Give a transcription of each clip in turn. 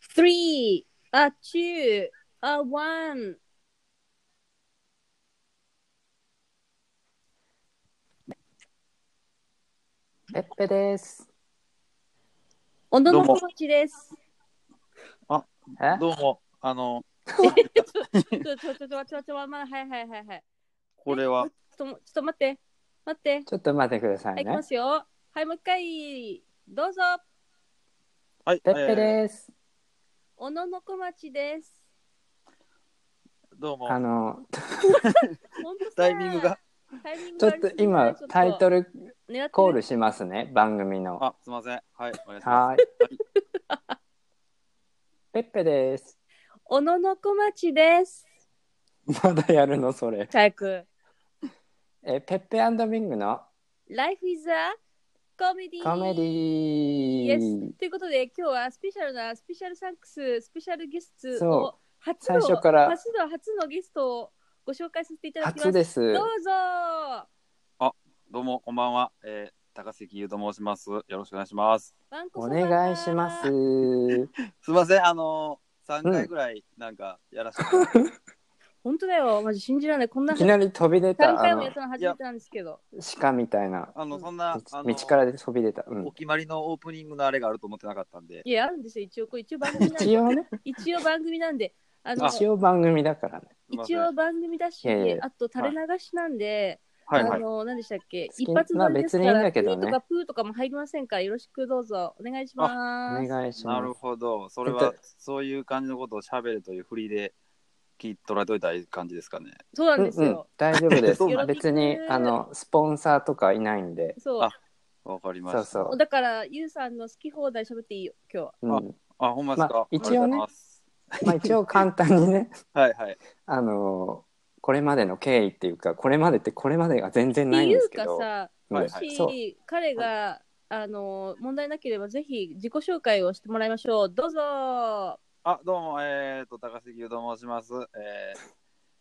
three, a two, a one. ペッペです。小野どうのもコーチです。え どうも、あの、ちょ、ちょ、ちょ、ちょ、ちょ、ちょ、まだ、はい、はい、はい、はい。これは、ちょ、ちょっと待って。待って。ちょっと待ってくださはい、行いきねま。すよ。はい、もう一回。どうぞ。はい、ペッペえです。小野の小町です。ーどうもあ、の、ほんとさタイミングが。、タイミングちょがっと今タイトル。ル狙ってコーるルしますね、番組の。はあ、すみません。はい、お願いしまーい。ペッペです。小野の小町です。まだやるのそれ。早く。え、ペッペビングの Life is a comedy. コメディ Yes ー。ということで、今日はスペシャルなスペシャルサンクス、スペシャルゲストそうを初最の初から初の初のゲストをご紹介させていただきます。初ですど。うぞす。どうも、こんばんは。えー、高関優と申します。よろしくお願いします。わんこおそばだ願いします。うすみません、あのー、3回ぐらい、なんか、やらせてもら って、本当だよ、マジ信じられない。こんないきなり飛び出3た、あ回もやのったの初めてなんですけど。鹿みたいな。あの、そんな、あの道から飛び出た。うんお決まりのオープニングのあれがあると思ってなかったんで、いや、あるんですよ、一応、これ一応番組なんで。一応ね、一応番組なんで。あの一応番組だからね。すいませ一ん応番組だし、いやいやあと垂れ流しなんで、はい、はあい。の何でしたっけ、好き一発撮りですから、まあ別にいいんだけどねピーとかプーとかも入りませんから、よろしくどうぞお願いしおます。願いしなまるす。ほど。それえっはと、そういう感じのことを喋るという振りで、聞い取られといたらいい感じですかね。そうなうんんです うよ。ん、大丈夫ですそうなんだ別にあのスポンサーとかいないんでそうあわかりましそた。うそだから、ゆうさんの好き放題喋っていいよ、今日は。う、うんあ、ほんまですか、まあ一応ねありがとうございますまあ、一応簡単にね はい、はい。あのこれまでの経緯っていうかこれまでってこれまでが全然っなていんいですうけかどさ、うんもそうし彼が、あの問題なければ、ぜひ自己紹介をしてもらいましょう。どうぞあ、どうも、えー、と、高杉優と申します。え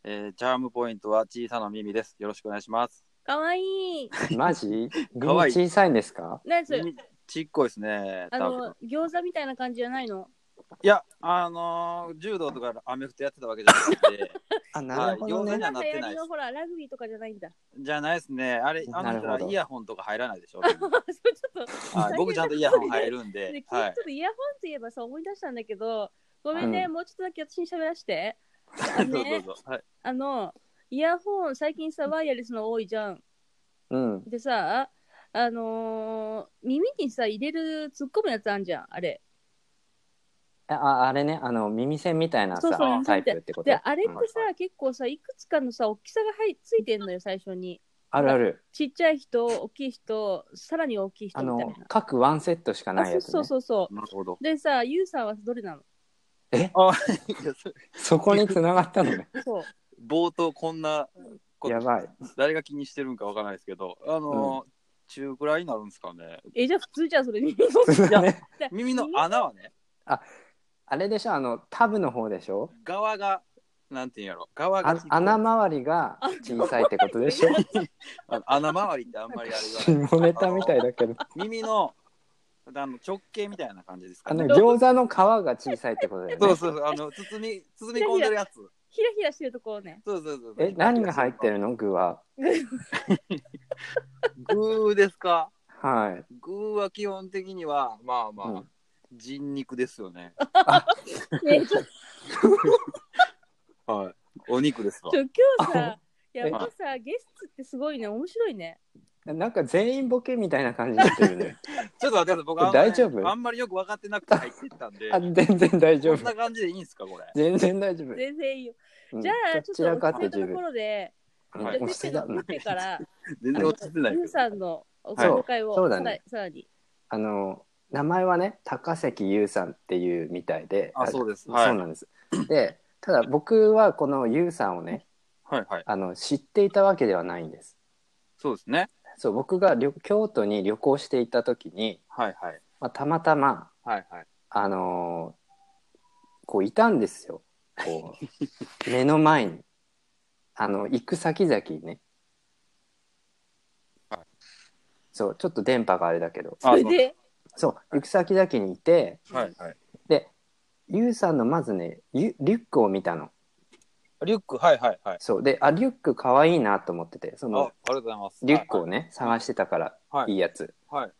ー、えー、チャームポイントは小さな耳です。よろしくお願いします。かわいい。マジ耳かわいい小さいんですか何そ れ耳ちっこいですね。あ多分の餃子みたいな感じじゃないのいや、あのー、柔道とかアメフトやってたわけじゃなくて、あなるほどはいね餃子なはんなかってやないりのほらラグビーとかじゃないんだ。 じゃないですね。あれ、あの人なるらほどイヤホンとか入らないでし ょ。それちょっとはい、僕ちゃんとイヤホン入るんねでき、はいちょ。っとイヤホンといえばさ思い出したんだけどごめんね、うもうちょっとだけ私に喋らせてどあうのぞどね うぞ。はい。あのイヤホン最近さワイヤレスの多いじゃんうんでさあのー耳にさ入れる突っ込むやつあんじゃんあれああれねあの耳栓みたいなそうそうさタイプってことであれってさ、うん結構さいくつかのさ大きさが入っついてんのよ最初にあるあるちっちゃい人大きい人さらに大きい人あみたいのな各ワンセットしかないそやうつ、ね、そうそうそなるほど。うでさゆうさんはどれなのあ、いやそれそこに繋がったのねそう冒頭こんなことやばい誰が気にしてるんかわからないですけど、あのー、中くらいになるんですかね。えじゃあ普通じゃんそ れ耳普通だね耳の穴はね、あれでしょあのタブの方でしょ側が、なんていうんやろ、側があちっこい穴周りが小さいってこと でしょあの穴周りってあんまりあれ言わない。下ネタみたいだ けど耳のあの直径みたいな感じですあかのね。餃子の皮が小さいってことだよそうねそうそう、あの包み包み込んでるやつ。ひらひらしてるところねそうそうそう。え何が入ってる？るの具は具ですか？はい具は基本的にはまあまあ、うん人肉ですよね。ねえちょっはい。お肉ですわと。今日さ、やっぱさ、ゲストってすごいね、面白いね。なんか全員ボケみたいな感じになってる ねちょっと待ってください。僕あんまり大丈夫あんまりよく分かってなくて入ってったんであ。全然大丈こん夫な感じでいいんですかこれ？全然大丈夫、全然いいよ。うんじゃあ、ちどちょらっとか落ちって着いた自とこ分ろで、うん はじいゃあ、押してたペッペから、全然落ちてないけユウど。さんのごはい紹介をそうさだらねさらに。あの名前はね高関優さんっていうみたいであ、そうです。そうはい。なんですでただ僕はこの優さんをねはいはい。あの知っていたわけではないんですそうですね。そう僕が旅京都に旅行していた時に、はいはい。まあ、たまたまはいはい。あのーこういたんですよこ う目の前にあの行く先々にねはいそうちょっと電波があれだけどあそれで、そう行く先々にいてはいはい。でゆうさんのまずねゆリュックを見たのリュック、はいはいはい。そうであリュックかわいいなと思っててそあ、あのりがとうございます。リュックをね探してたからはいいやつ、はい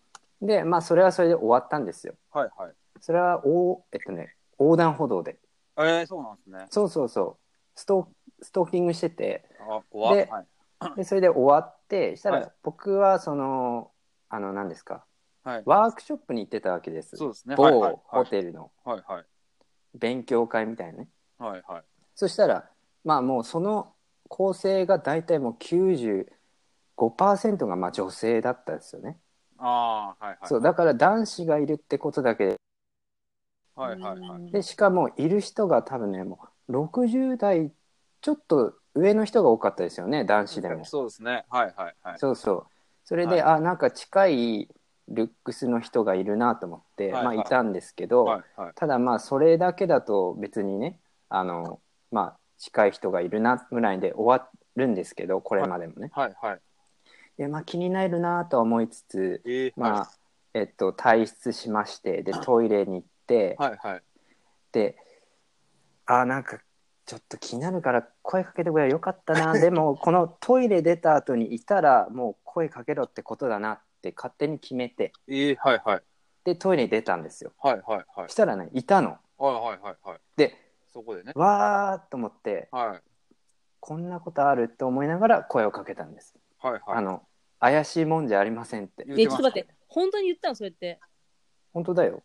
でまあそれはそれで終わったんですよはいはい。それはおえっとね横断歩道でえー、そうなんですね。そうそうそうストストーキングしててあ、怖っではい。でそれで終わってしたはいら僕はそのあの何ですかはい。ワークショップに行ってたわけですそうですね。はいはい某ホテルのはいはい。勉強会みたいなねはいはい。そしたらまあもうその構成が大体もう95%がまあ女性だったんですよね、ああ、はいはい。そうだから男子がいるってことだけはいはいはい。でしかもいる人が多分ねもう60代ちょっと上の人が多かったですよね男子でもそうですね。はいはいはい。そうそうそれで、はいあなんか近いルックスの人がいるなと思って、はいはいまあいたんですけど、はいはい。ただまあそれだけだと別にねあのまあ近い人がいるなぐらいで終わるんですけどこれまでもね、はいはい。でまあ気になるなとは思いつつえー、まあえっと退出しまして でトイレに行って、はいはい。であーなんかちょっと気になるから声かけてくれよかった なでもこのトイレ出た後にいたらもう声かけろってことだなって勝手に決めてえー、はいはい。でトイレに出たんですよはいはいはいそ。したらねいたのはいはいはいはい。でそこでね。わーっと思ってはいこんなことあると思いながら声をかけたんです、はいはい。あの怪しいもんじゃありませんって言ね、てちょまっすと待ねって。、本当に言ったのそれって。本当だよ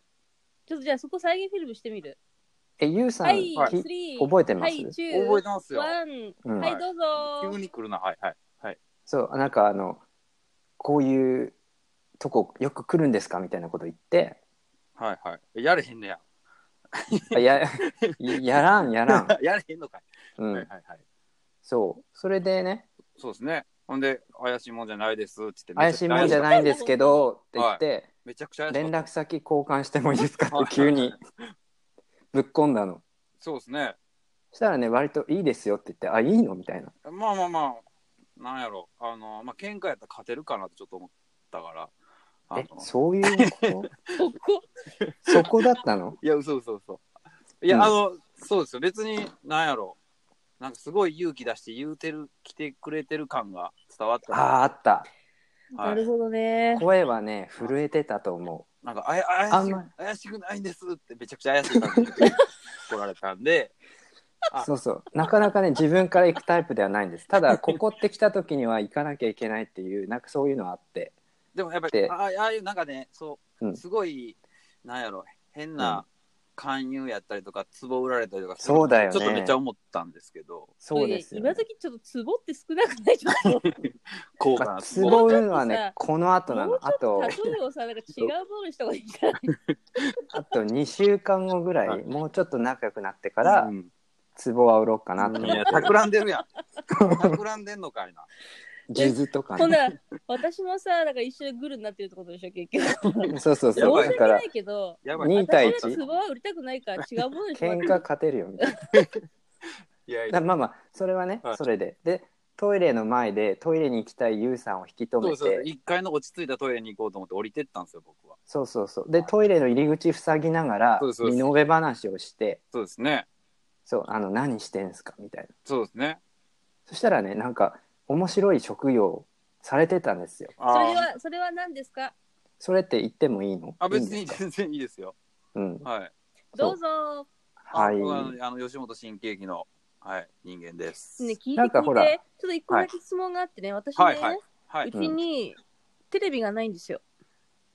ちょっとじゃあそこ再現フィルムしてみる。えゆうさん、はい、はいきスリー、覚えてます、はい、チュー、覚えてますよ。ワン、うんはい、どう急ぞ。に来るな。はいはい。そうなんかあのこういうとこよく来るんですかみたいなこと言ってはいはい。やれへんねや。あや やらんやらん、 やれへんのかい。うはいん、はいはい。そうそれでねそうですね。ほんで、怪しいもんじゃないですって言って、怪しいもんじゃい。ないんですけどって言って、めちゃくちゃ怪し連い。絡先交換してもいいですかはいって急にぶっ込んだのそうですね。そしたらね割といいですよって言ってあいいのみたいなまあまあまあ、なんやろ。あの、まあ、喧嘩やったら勝てるかなってちょっと思ったから。あえのそういう こそこ、とそこだったのいや、嘘嘘嘘。いや、うんあの、そうですよ。別に、なんやろ。なんかすごい勇気出して言うてる、来てくれてる感が伝わった。ああーあったはいなるほどね。声はね震えてたと思なんかあやあ怪んしまく、怪しくないんですって、めちゃくちゃ怪しい感じで来られたんで、あうそうそうなかなかね自分から行くタイプではないんですただここって来た時には行かなきゃいけないっていうなんかそういうのはあってでもやっぱり、でああああいうなんかね、そう、うんすごい、なんやろ、変な勧誘やったりとか、壺売られたりとか、そうだよねちょっとめっちゃ思ったんですけど、そうですよ、ね今、時ちょっとツボって少なくないちょっと。高価まあなつ壺ぼうのもうはちょっとねさこの後なもうのあと例えをさ、なんか違うものにした方がいいんじゃないあと2週間後ぐらい、はいもうちょっと仲良くなってから、うんツボは売ろうかなとい思ってや、企んでるやん。企んでんのかいな。数珠とかほんねなら、私もさ、なんか一緒にグルになってるってことでしょ、結局。そうそうやそばう申いし訳だなからいけど、やばい。 2対私1の壺は売りたくないから違うものにしま喧う嘩勝てるよみたいいやいやなまあまあそれはね、はいそれででトイレの前でトイレに行きたいユウさんを引き止そめてうそう一階の落ち着いたトイレに行こうと思って降りてったんですよ僕はそうそうそうでトイレの入り口塞ぎながらそうそうそう身の上話をしてそうですねそうあの何してんすかみたいなそうですねそしたらねなんか面白い職業をされてたんですよそあれーは、それは何ですかそれって言ってもいいのあ別にいいんですか全然いいですようんはいどうぞ。はあい僕あのあの吉本新喜劇のはい人間ですね、聞いて聞いなんて、ちかょほっらと一個だけ質問があってね、私ね、はいははいうちにテレビがないんですよ。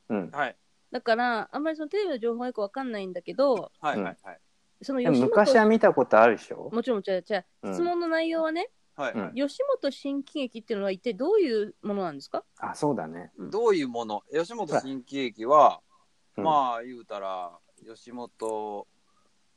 うんはいだから、あんまりそのテレビの情報がよくわかんないんだけど、はいうんはいはいそので吉本も昔は見たことあるでしょもちろん、じゃあじゃあうん質問の内容はね、はいはうい吉本新喜劇っていうのは一体どういうものなんですかあそうだねどういうもの吉本新喜劇はうんまあ言うたら吉本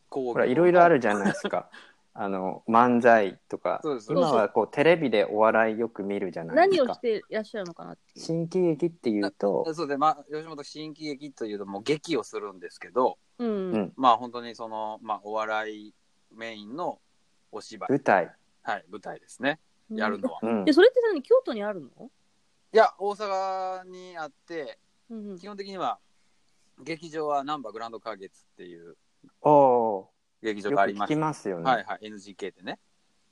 工ほらいろいろあるるじゃないです かあの漫才とかそうです今はこうテレビでお笑いよく見るじゃない何ですをかしていらっしゃるのかなっていう。新喜劇っていうとそうでまあ吉本新喜劇というともう劇をするんですけどうん。うんまあ本当にそのまあお笑いメインのお芝居舞台、はい舞台ですねうんやるのはうんで、それって何京都にあるのいや、大阪にあって、うんうん基本的には、劇場はナンバーグランド花月っていう、ああ、よ劇く場がありま聞しきて、ますよね。はいはい、NGK でね。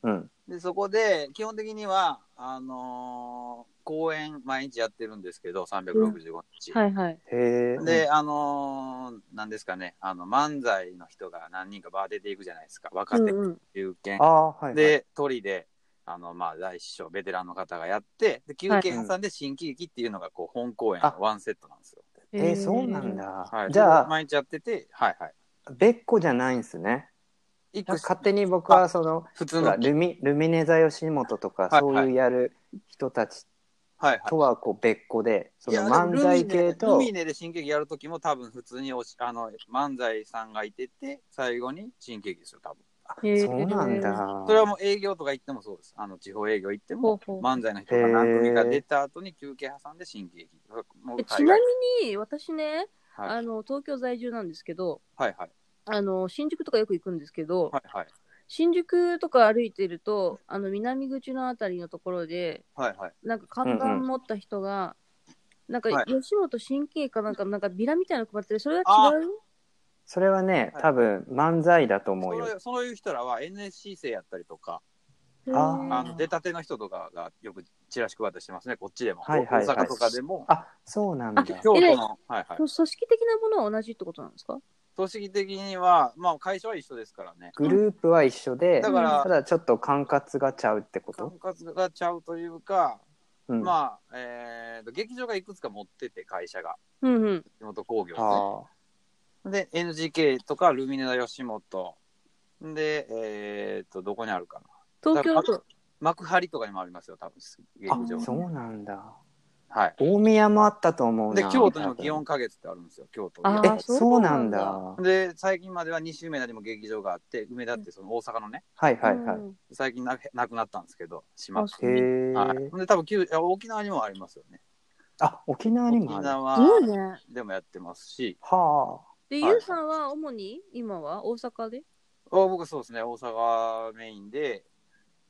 うん。でそこで基本的にはあのー公演毎日やってるんですけど365日、はいはい。へえ。であのーなんですかねあの漫才の人が何人かバー出ていくじゃないですか若う手んうん。中堅あ、あ、はい、はい。でトリであのまあ大師匠ベテランの方がやってで休憩挟んで新喜劇っていうのがこう本公演あワンセットなんですよ、えー、そうなんだ。。はい、じゃあ、毎日やっててはいはい別個じゃないんですね。一個なんか勝手に僕はその、普通ほのはらいルミルミネ座吉本とかはいそういうやる人たちはいとはこう別個で、そいのや漫才系ルとミネルミネで新喜劇やるときも多分普通におしあの漫才さんがいてて最後に新喜劇ですよ多分へーそうなんだ。。それはもう営業とか行ってもそうですあの地方営業行ってほうもほう漫才の人が何組か出た後に休憩挟んで新喜劇もうえちなみに私ね、はいあの東京在住なんですけどはいはいあの新宿とかよく行くんですけど、はいはい新宿とか歩いてるとあの南口のあたりのところではいはいなんか看板持った人が、なんかはい吉本新喜劇かなんかなんかビラみたいなの配ってるそれはあ違うそれはね、多分漫才だと思そうよ。のそういう人らは NSC 生やったりとか、へあーあーの出たての人とかがよくチラシ配ったりしてますね、こっちでも。はいはいはい大阪とかでも、あ、そうなんだ。京都の、はいはい、組織的なものは同じってことなんですか組織的には、まあ、会社は一緒ですからね。グループは一緒で、だからただちょっと管轄がちゃうってこと管轄がちゃうというか、うん。あまあ、えーと、劇場がいくつか持ってて、会社が、うんうん地元工業あ。で、ね。で、NGK とか、ルミネダ吉本。で、えっと、どこにあるかな。東京だだと幕張とかにもありますよ、多分、劇あ場、。そうなんだ。はい。大宮もあったと思うでな。、京都にも多分祇園花月ってあるんですよ、京都。あーえ、そうなんだ。はで、最近までは西梅田にも劇場があって、梅田ってその大阪のね、いはいはい。うん最近ななくなったんですけど、島あそへえ、はい。で、多分九いや沖縄にもありますよね。あ、沖縄に沖もある。すご縄いねでもやってますし、はで、はいゆうさんは主に今は大阪であ僕はそうですね、大阪メインで、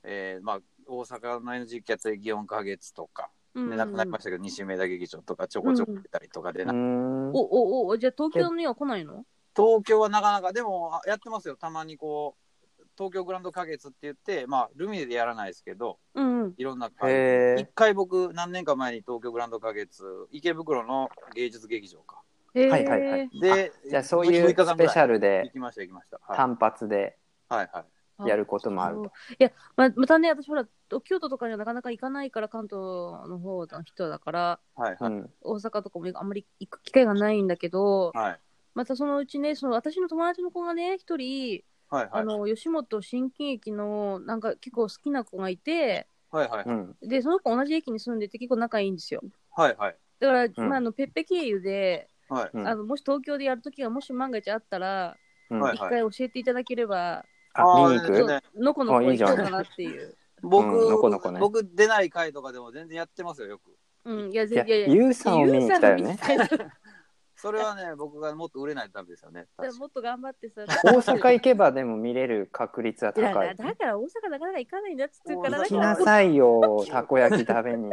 えーまあ、大阪の NG キャッツで祇園花月とか、うでんうんなくなりましたけど、西梅田劇場とかちょこちょこ出たりとかで、あ。うー。なんおおおじゃあ東京には来ないの東京はなかなか、でもあやってますよ、たまにこう、東京グランド花月って言って、まあ、ルミネでやらないですけど、うんうんいろんな会へ一え。回僕何年か前に東京グランド花月池袋の芸術劇場かへえはいはいはいでじゃあそういうスペシャルル行できました行きましたはい単発ではいはいやることもあるそうと。いやままたね私ほら京都とかにはなかなか行かないから関東の方の人だからはいうはいん。大阪とかもあんまり行く機会がないんだけどはいまたそのうちねその私の友達の子がね一人、はいはあいの吉本新喜劇のなんか結構好きな子がいてはいはいうん。でその子同じ駅に住んでて結構仲いいんですよはいはいだから、まあ、あのペッペ経由で、はいうんあのもし東京でやるときがもし万が一あったらうんはい一回教えていただければ、あ、見に行えちえょくっとのこのこ行こうかなっていう。うんのこのこ僕ね僕出ない回とかでも全然やってますよよくうん、いや、いぜや、いやいや、ゆうさんを見に来たよね。ゆうさんを見に来たよそれはね僕がもっと売れないとダメですよねだからもっと頑張ってさ。大阪行けばでも見れる確率はいや高だい。だから大阪なかなか行かないんだっつってるから、大だ行かき阪らなさいよ、たこ焼き食べに。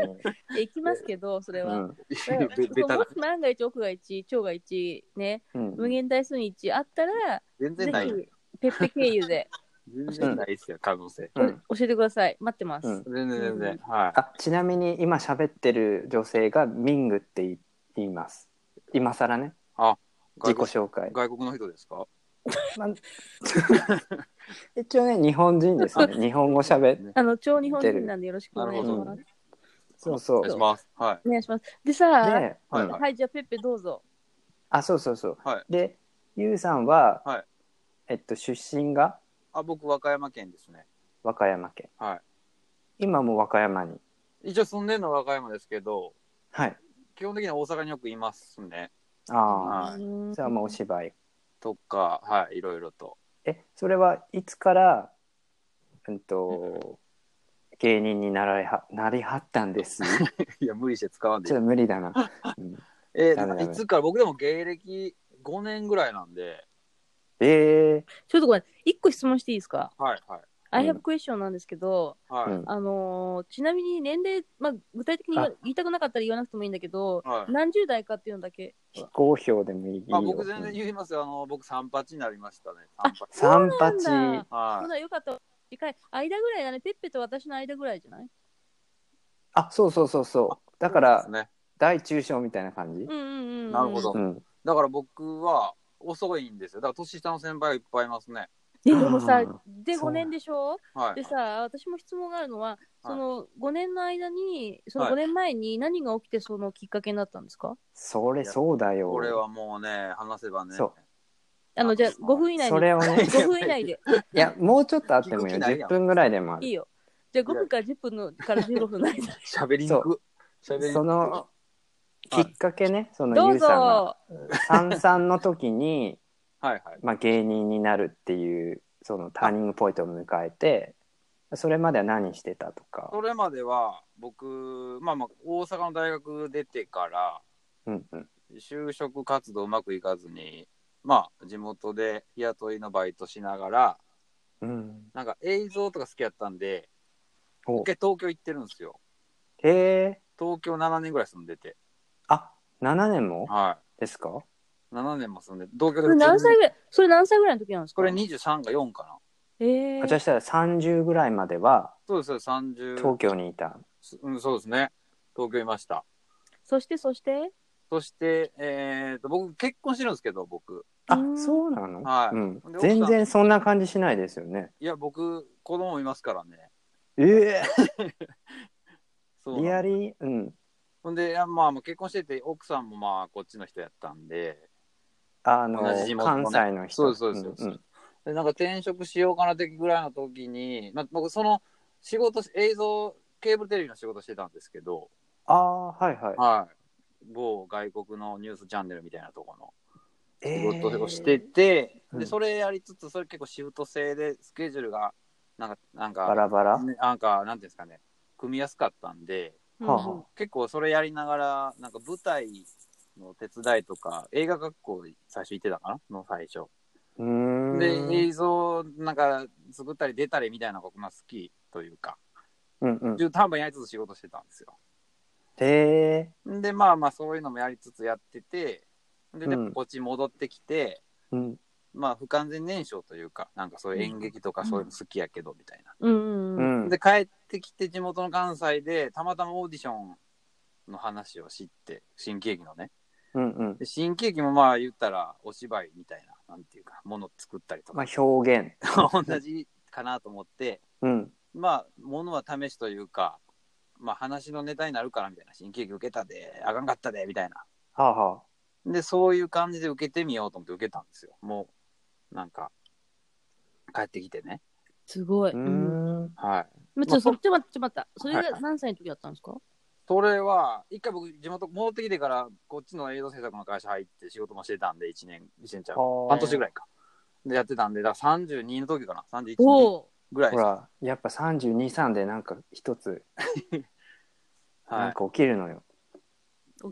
行きますけど、それ うは。ん。確だかからにべ べたもだし万が一奥が一、長が一、ね、う無ん。限大数に一あったら、全ぜ然ないひ、ペッペ経由で全然ないですよ可能性 うん。教えてください。待ってます。うん全然全うん然はいあ、ちなみに今喋ってる女性がミングって言い言います。今更ね。自己外紹介。外国の人ですかまあ 一応ね、日本人ですね。日本語喋ねあの、超日本人なんでよろしくお願いしなるまほす。そうそおう。願いでし、ますはお願いします。でさ、うはいんはいはい、じゃあ、ペッペどうぞ。あ、そうそうそう。いはいで、ゆうさんは、はいえっと、出身があ僕和歌山県ですね和歌山県。はい今も和歌山に。一応住んでるのは和歌山ですけど、はい。基本的には大阪によくいますね。ああ、はうんそれはもうお芝居。とか、はい、いろいろと。え、それはいつから、うんと、芸人になられは、なりはったん です。いや、無理して使わんでちいょいっと無理だな。うんえーダメダメいつから僕でも芸歴5年ぐらいなんで、ええちょっとごめん、一個質問していいですかはいはい。 I have question なんですけど、はい。うんあのーちなみに年齢、まあ、具体的に言わ言いたくなかったら言わなくてもいいんだけど、はい何十代かっていうのだけ。非公表でもいいよあ、僕全然言いますよ。あの、僕三八になりましたね。三八。三そうなん八だほはなよかった。近い間ぐらいだね。ペッペと私の間ぐらいじゃないあそうそうそうそうい。だかそらうですね。大中小みたいな感じうんうんうんうん。なるほどう。んだから僕は遅いんですよ。だから年下の先輩がいっぱいいますね。ででもさうん、でそ5う年でしょはいで。さ、私も質問があるのは、その5年の間に、そのはい5年前に何が起きてそのきっかけになったんですか、それそうだよこれはもうね、話せばね。そあの、じゃあそ5う分以内そで。れを ね5分以内で。いやもうちょっとあってもいいよ聞く気ないや10ん分ぐらいでもあいいるよ。じゃあ5分から10分のから15分の間。喋りにく。喋りにそく。のきっかけねそのどゆううさんがぞ。三三の時に、はいはい。まあ、芸人になるっていうそのターニングポイントを迎えてそれまでは何してたとかそれまでは僕、まあまあ、大阪の大学出てから、うんうん就職活動うまくいかずに、まあ、地元で日雇いのバイトしながら、うんなんか映像とか好きやったんで、お一回東京行ってるんですよ。へえ東京7年ぐらい住んでて。あ7年もはですかい。7年も住んで、東京それで普通に何歳ぐらい、それ何歳ぐらいの時なんですかこれ。23か4かな。えあじゃー、あしたら30ぐらいまではそうです、そうです30東京にいた、うん、そうですね。東京いました。そしてそしてそして、えっと、僕結婚してるんですけど、僕。うんあそうなの、はいうんで、奥さん全然そんな感じしないですよねいや、僕、子供いますからね。えそえうリなアんです。リーうんほんで、いやまあ、まあ結婚してて、奥さんもまあ、こっちの人やったんで、あの、同じ地元のね関西の人そうですそうですんんでなんか転職しようかな的ぐらいの時に、まあ、僕、その仕事し、映像、ケーブルテレビの仕事してたんですけど、ああはいはい、はい。某外国のニュースチャンネルみたいなところのえ仕事をーしてて、うんでそれやりつつそれ結構シフト制でスケジュールがなんかなんバかラバラ、ねなんかなんていうんですかね組みやすかったんでうんはあは結構それやりながらなんか舞台の手伝いとか映画学校最初行ってたかなの最初うーんで映像なんか作ったり出たりみたいなのが僕の好きというかうんうん中途半端にやりつつ仕事してたんですよへえでまあまあそういうのもやりつつやっててででうんこっち戻ってきて、うんまあ不完全燃焼というか、なんかそういう演劇とかそういうの好きやけどみたいな。うんうんううん。んで、帰ってきて地元の関西で、たまたまオーディションの話を知って、新喜劇のね。うんうんで新喜劇もまあ言ったらお芝居みたいな、なんていうか、もの作ったりとまか、あ表現 同じかなと思って、うんまあ、ものは試しというか、まあ話のネタになるからみたいな、新喜劇受けたで、あかんかったで、みたいな。はあはで、そういう感じで受けてみようと思って受けたんですよ。もう、なんか、帰ってきてね。すごい。あうーうん。んはい。まちょっと待って、ちょっと待った。それはいがはい何歳の時だったんですか、それは、一回僕、地元戻ってきてから、こっちの映像制作の会社入って仕事もしてたんで、1年、1年ちゃう。はあ半年ぐらいか。で、やってたんで、だから32の時かな、31おお。ぐらいほです。らやっぱ323でなんか一つなはんい。か起きるのよ、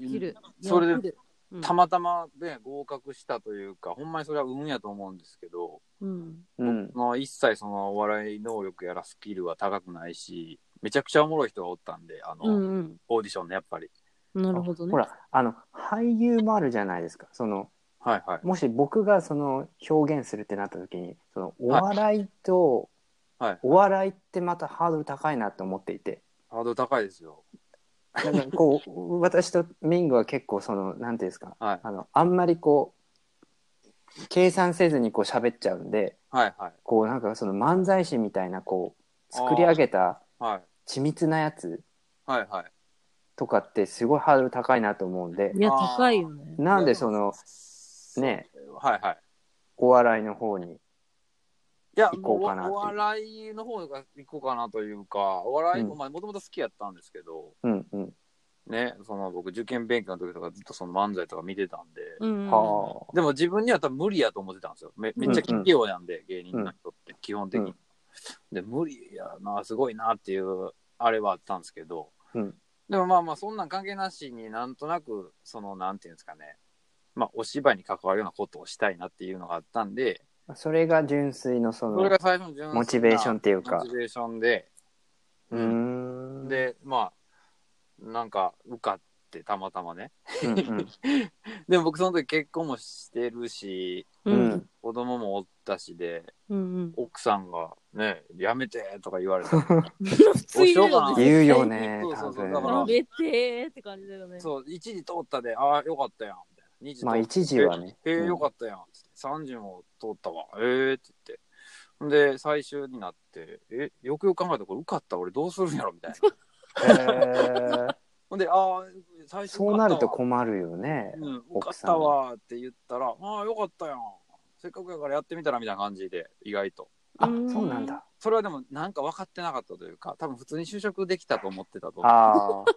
起きる。いやそれで起きるうんたまたまで合格したというか、ほんまにそれは運やと思うんですけど、うん。うんその一切そのお笑い能力やらスキルは高くないし、めちゃくちゃおもろい人がおったんで、あの、うんオーディションね、やっぱり。うん。なるほどね。ほ。らあの俳優もあるじゃないですかそのはいはい。もし僕がその表現するってなった時にそのお笑いと、はいお笑いってまたハードル高いなと思っていてハードル高いですよ。なんかこう 私とミングは結構そのなんていうんですかはい。あのあんまりこう計算せずにこう喋っちゃうんではいはい。こうなんかその漫才師みたいなこう作り上げたはい。緻密なやつはいはい。とかってすごいハードル高いなと思うんでいや、あー高いよね。なんでそのねはいはい。お笑いの方にいや、行こうかなっていうもお笑いの方が行こうかなというか、お笑いうも、んまあ、もともと好きやったんですけど、うんうんね、その僕、受験勉強の時とかずっとその漫才とか見てたんで、うん。はあでも自分には多分無理やと思ってたんですよ。めめっちゃ器用なんで、芸人の人って、基本的に。うんで、無理やな、すごいなっていう、あれはあったんですけど、うんでもまあまあ、そんなん関係なしになんとなく、その、なんていうんですかね、まあ、お芝居に関わるようなことをしたいなっていうのがあったんで、それが純粋のそそれのが最初の純粋なモチベーションっていうかモチベーションで、うーんで、まあ、なんか、受かって、たまたまね。うんうんでも僕、その時結婚もしてるし、ううんん子供もおったしで、うん奥さんがね、やめてとか言 われたら。普通言うよねお言うよねそうそ多うそうだかやら分めてーって感じだよね。そう、1時通ったで、ああ、よかったやん。みたいな二時通っまあ一時はねえー、よかっったやん。つって3時も通ったわ。えー、って言って。ほんで、最終になって、え、よくよく考えたら、これ受かった俺どうするんやろみたいな。たほんで、ああ、最初そうなると困るよねうん、受か奥っさんたわーって言ったら、ああ、よかったやん。せっかくやからやってみたらみたいな感じで、意外と。あうんそうなんだそれはでも、なんか分かってなかったというか、多分普通に就職できたと思ってたと思あー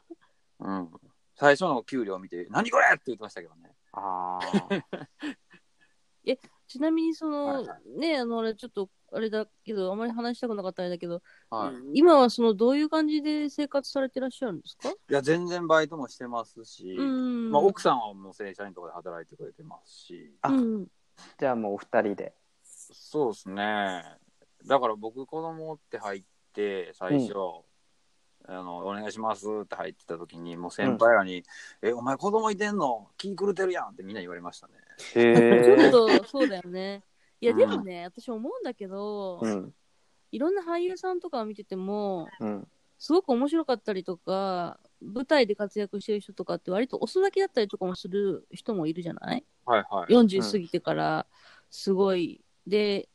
う。うん。最初の給料見て、何これって言ってましたけどね。あーちなみにその、はいはねあのあれちょっとあれだけどあまり話したくなかったんだけど、はい。今はそのどういう感じで生活されてらっしゃるんですか？いや、全然バイトもしてますし、うん。まあ、奥さんはもう正社員とかで働いてくれてますし、あうん。じゃあもうお二人でそうですね。だから僕、子供って入って、最初、あの、お願いしますって入ってた時に、もう先輩らに、え、お前子供いてんの気狂ってるやんってみんな言われましたね。へ ちょっえとそうだよね。いやうんでもね、私思うんだけど、うんいろんな俳優さんとかを見ててもうんすごく面白かったりとか舞台で活躍してる人とかって割と遅咲きだったりとかもする人もいるじゃないはいはい。うん40過ぎてからすごい、で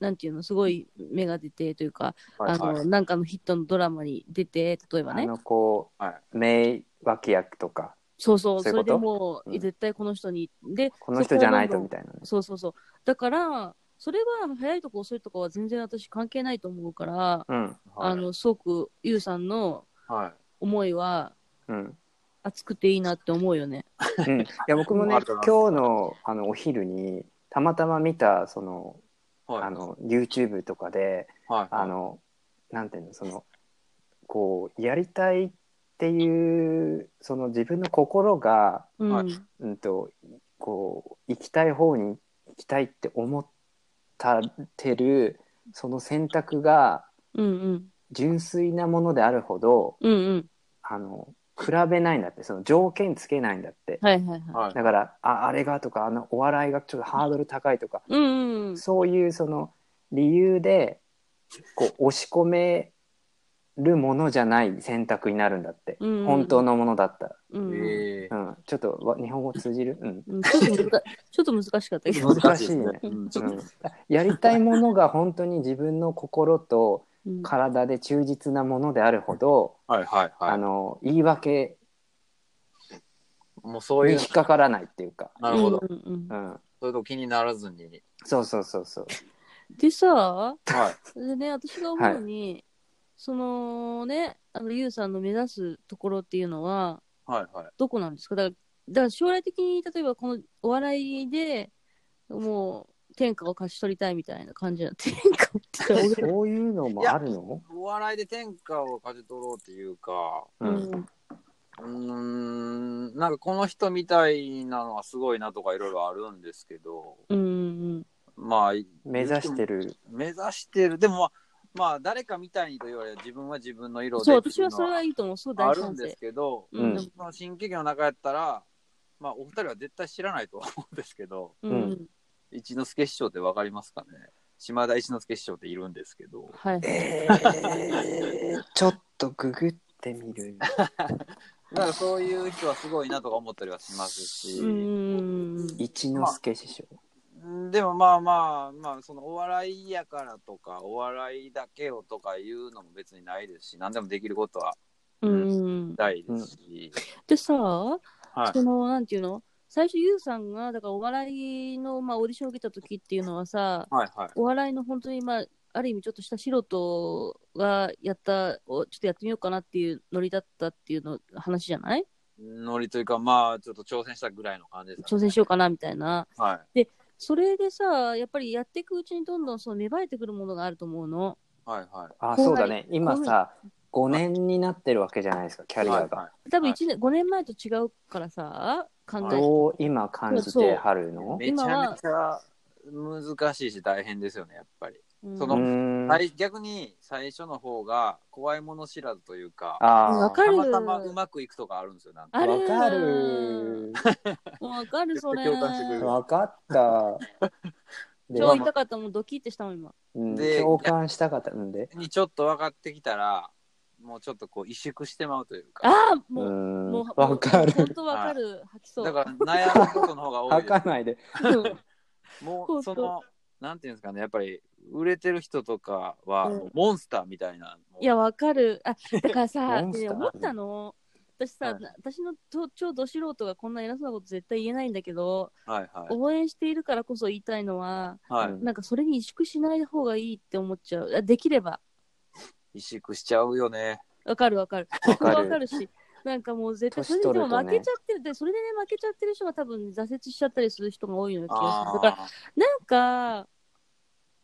なんていうのすごい芽が出てというか、はいはあのい。なんかのヒットのドラマに出て例えばあねのこはいう名脇役とかそうそうそそういれうことでもう、うん絶対この人にでこの人じゃないとそこをどんどんみたいなねそうそうそうだからそれは早いとか遅いとかは全然私関係ないと思うから、うんあのすごくゆうさんのはい、思いはうん熱くていいなって思うよね。うん、いや僕もねあ今りがとう日のあのお昼にたまたま見たそのはい。あ、の YouTube とかではい。あ、のなんていうのそのこうやりたいっていうその自分の心が、うんはいうん、とこう行きたい方に行きたいって思ったてるその選択がうんうん純粋なものであるほどうんうんあの比べないんだってその条件つけないんだって。はいはいはい。はい。だからああれがとかあのお笑いがちょっとハードル高いとか、うんうんうんそういうその理由でこう押し込めるものじゃない選択になるんだって、うんうん本当のものだったうんうんええら、うん、ちょっとわ日本語通じる、うんうんちょっと難 ちょっと難しかったけど。難しいねうんうんやりたいものが本当に自分の心とうん体で忠実なものであるほど、はいはいあはの言い訳い。もうそうにいう引っ、かからないっていうか、なるほど。うんうんううんん、そういうと気にならずに。そうそうそうそう、でさ、はい。でね、私が思うに、そのね、あのゆうさんの目指すところっていうのは、はいはい。どこなんですかだからだから将来的に例えばこのお笑いでもう天下を勝ち取りたいみたいな感じな天下をって言ったらそういうのもあるのお笑いで天下を勝ち取ろうっていうか、俺うんうんうーん、なんかこの人みたいなのはすごいなとかいろいろあるんですけど、うんまあ、目指してる目指してる。でも、まあ、誰かみたいにと言われ自分は自分のう色ん、でそうって私いうはそれのははいいと思う、そうあ大るん賛で成す。けど、うんうんその新喜劇の中やったら、まあ、お二人は絶対知らないとは思うんですけど、うんうん、一之輔師匠ってわかりますかね島田一之輔師匠っているんですけど、はい。えー、ちょっとググってみる。だからそういう人はすごいなとか思ったりはしますし、うん一之輔師匠。でもまあまあまあそのお笑いやからとかお笑いだけをとかいうのも別にないですし何でもできることはうん、ないですし、でさ、はいそのなんていうの最初ゆうさんがだからお笑いの、まあ、オーディションを受けた時っていうのはさはいはいお笑いの本当に、まあ、ある意味ちょっとした素人がやったおちょっとやってみようかなっていうノリだったっていうの話じゃないノリというかまあちょっと挑戦したぐらいの感じです、挑戦しようかなみたいなうはいそれでさやっぱりやっていくうちにどんどんその芽生えてくるものがあると思うのはいはいあ、後輩そうだね。今さ、5年になってるわけじゃないですか、キャリはアいはが。い多分はい一年、5年前と違うからさ考えどう今感じてはるのめちゃめちゃ難しいし大変ですよね、やっぱり。うんそのうんはい、逆に最初の方が怖いもの知らずというか、うんあわかーるたまたまうまくいくとかあるんですよ、なんか。あるわかるわかるそれ。共感してくれるわかったで超痛かったもんドキってしたもん今。うんで共感したかったんでにちょっと分かってきたら、もうちょっとこう萎縮してまうというか、ああうもう、んもうわかる本当わかる吐きそう。だから悩むことの方が多い吐でかないでうんす。も本当うその、なんていうんですかね、やっぱり売れてる人とかは、うんもうモンスターみたいな。もういや、わかる。あ、だからさ、モンスターね思ったの。私さ、はい私のと超ど素人がこんな偉そうなこと絶対言えないんだけど、はいはい。応援しているからこそ言いたいのは、はうんい、なんかそれに萎縮しない方がいいって思っちゃう。あできれば。萎縮しちゃうよね。わかるわかる。わわかかるるし。なんかもう絶対そ年れで取でるもとね負けちゃってるでそれでね負けちゃってる人が多分挫折しちゃったりする人が多いような気がするあだからあなんか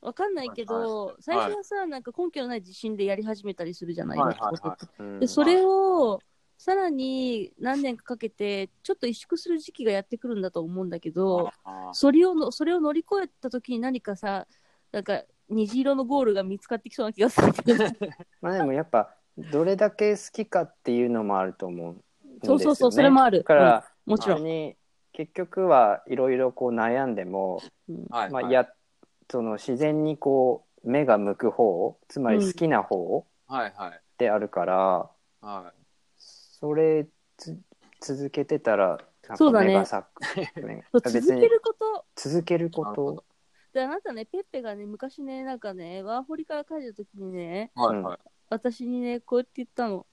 わかんないけど、最初はさ、なんか根拠のない自信でやり始めたりするじゃないはいはいはいなんかこううんでそれをさらに何年かかけてちょっと萎縮する時期がやってくるんだと思うんだけどあそれをのそれを乗り越えた時に何かさなんか虹色のゴールが見つかってきそうな気がするけ どまあでもやっぱどれだけ好きかっていうのもあると思うんですそようねそうそう、それもあるだから、うんもちろん、に結局はいろいろこう悩んでも、うんあはいまはいあ、やその自然にこう目が向く方つまり好きな方はいはいであるから、はそれつ続けてたらなんそうかだね目がさ目 そうが続別にけること続けるこなるほとどであなたねペッペがね昔ねなんかねワーホリから帰った時にねいはいはい私にねこうやって言ったの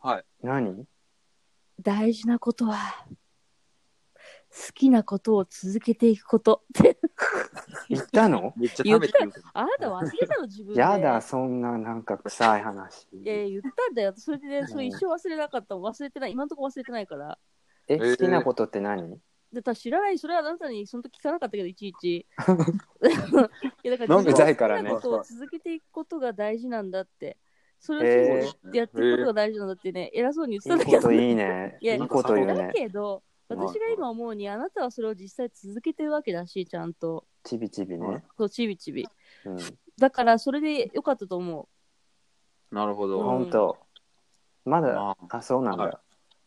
はい 何大事なことは好きなことを続けていくこと って言っ たのめっちゃ食べてるあなた忘れたの自分でやだそんななんか臭い話いやいや言ったんだよ。それでね、それ一生忘れなかったもん。忘れてない。今のところ忘れてないから。ええー好きなことって何、で、ただ知らない。それはあなたにその時聞かなかったけど、いちい ち。いや、だなんかう自分のざいからね好きなことを続けていくことが大事なんだって。それを信じてやっていくことが大事なんだってね、偉そうに言ってたんだいいけことど。いいねいやいいこと言うだねけど、私が今思うに、あなたはそれを実際続けてるわけだし、ちゃんと。ちびちびね、そう、ちびちび。うん、だから、それでよかったと思う。なるほど、本当まだああそうなんはいだ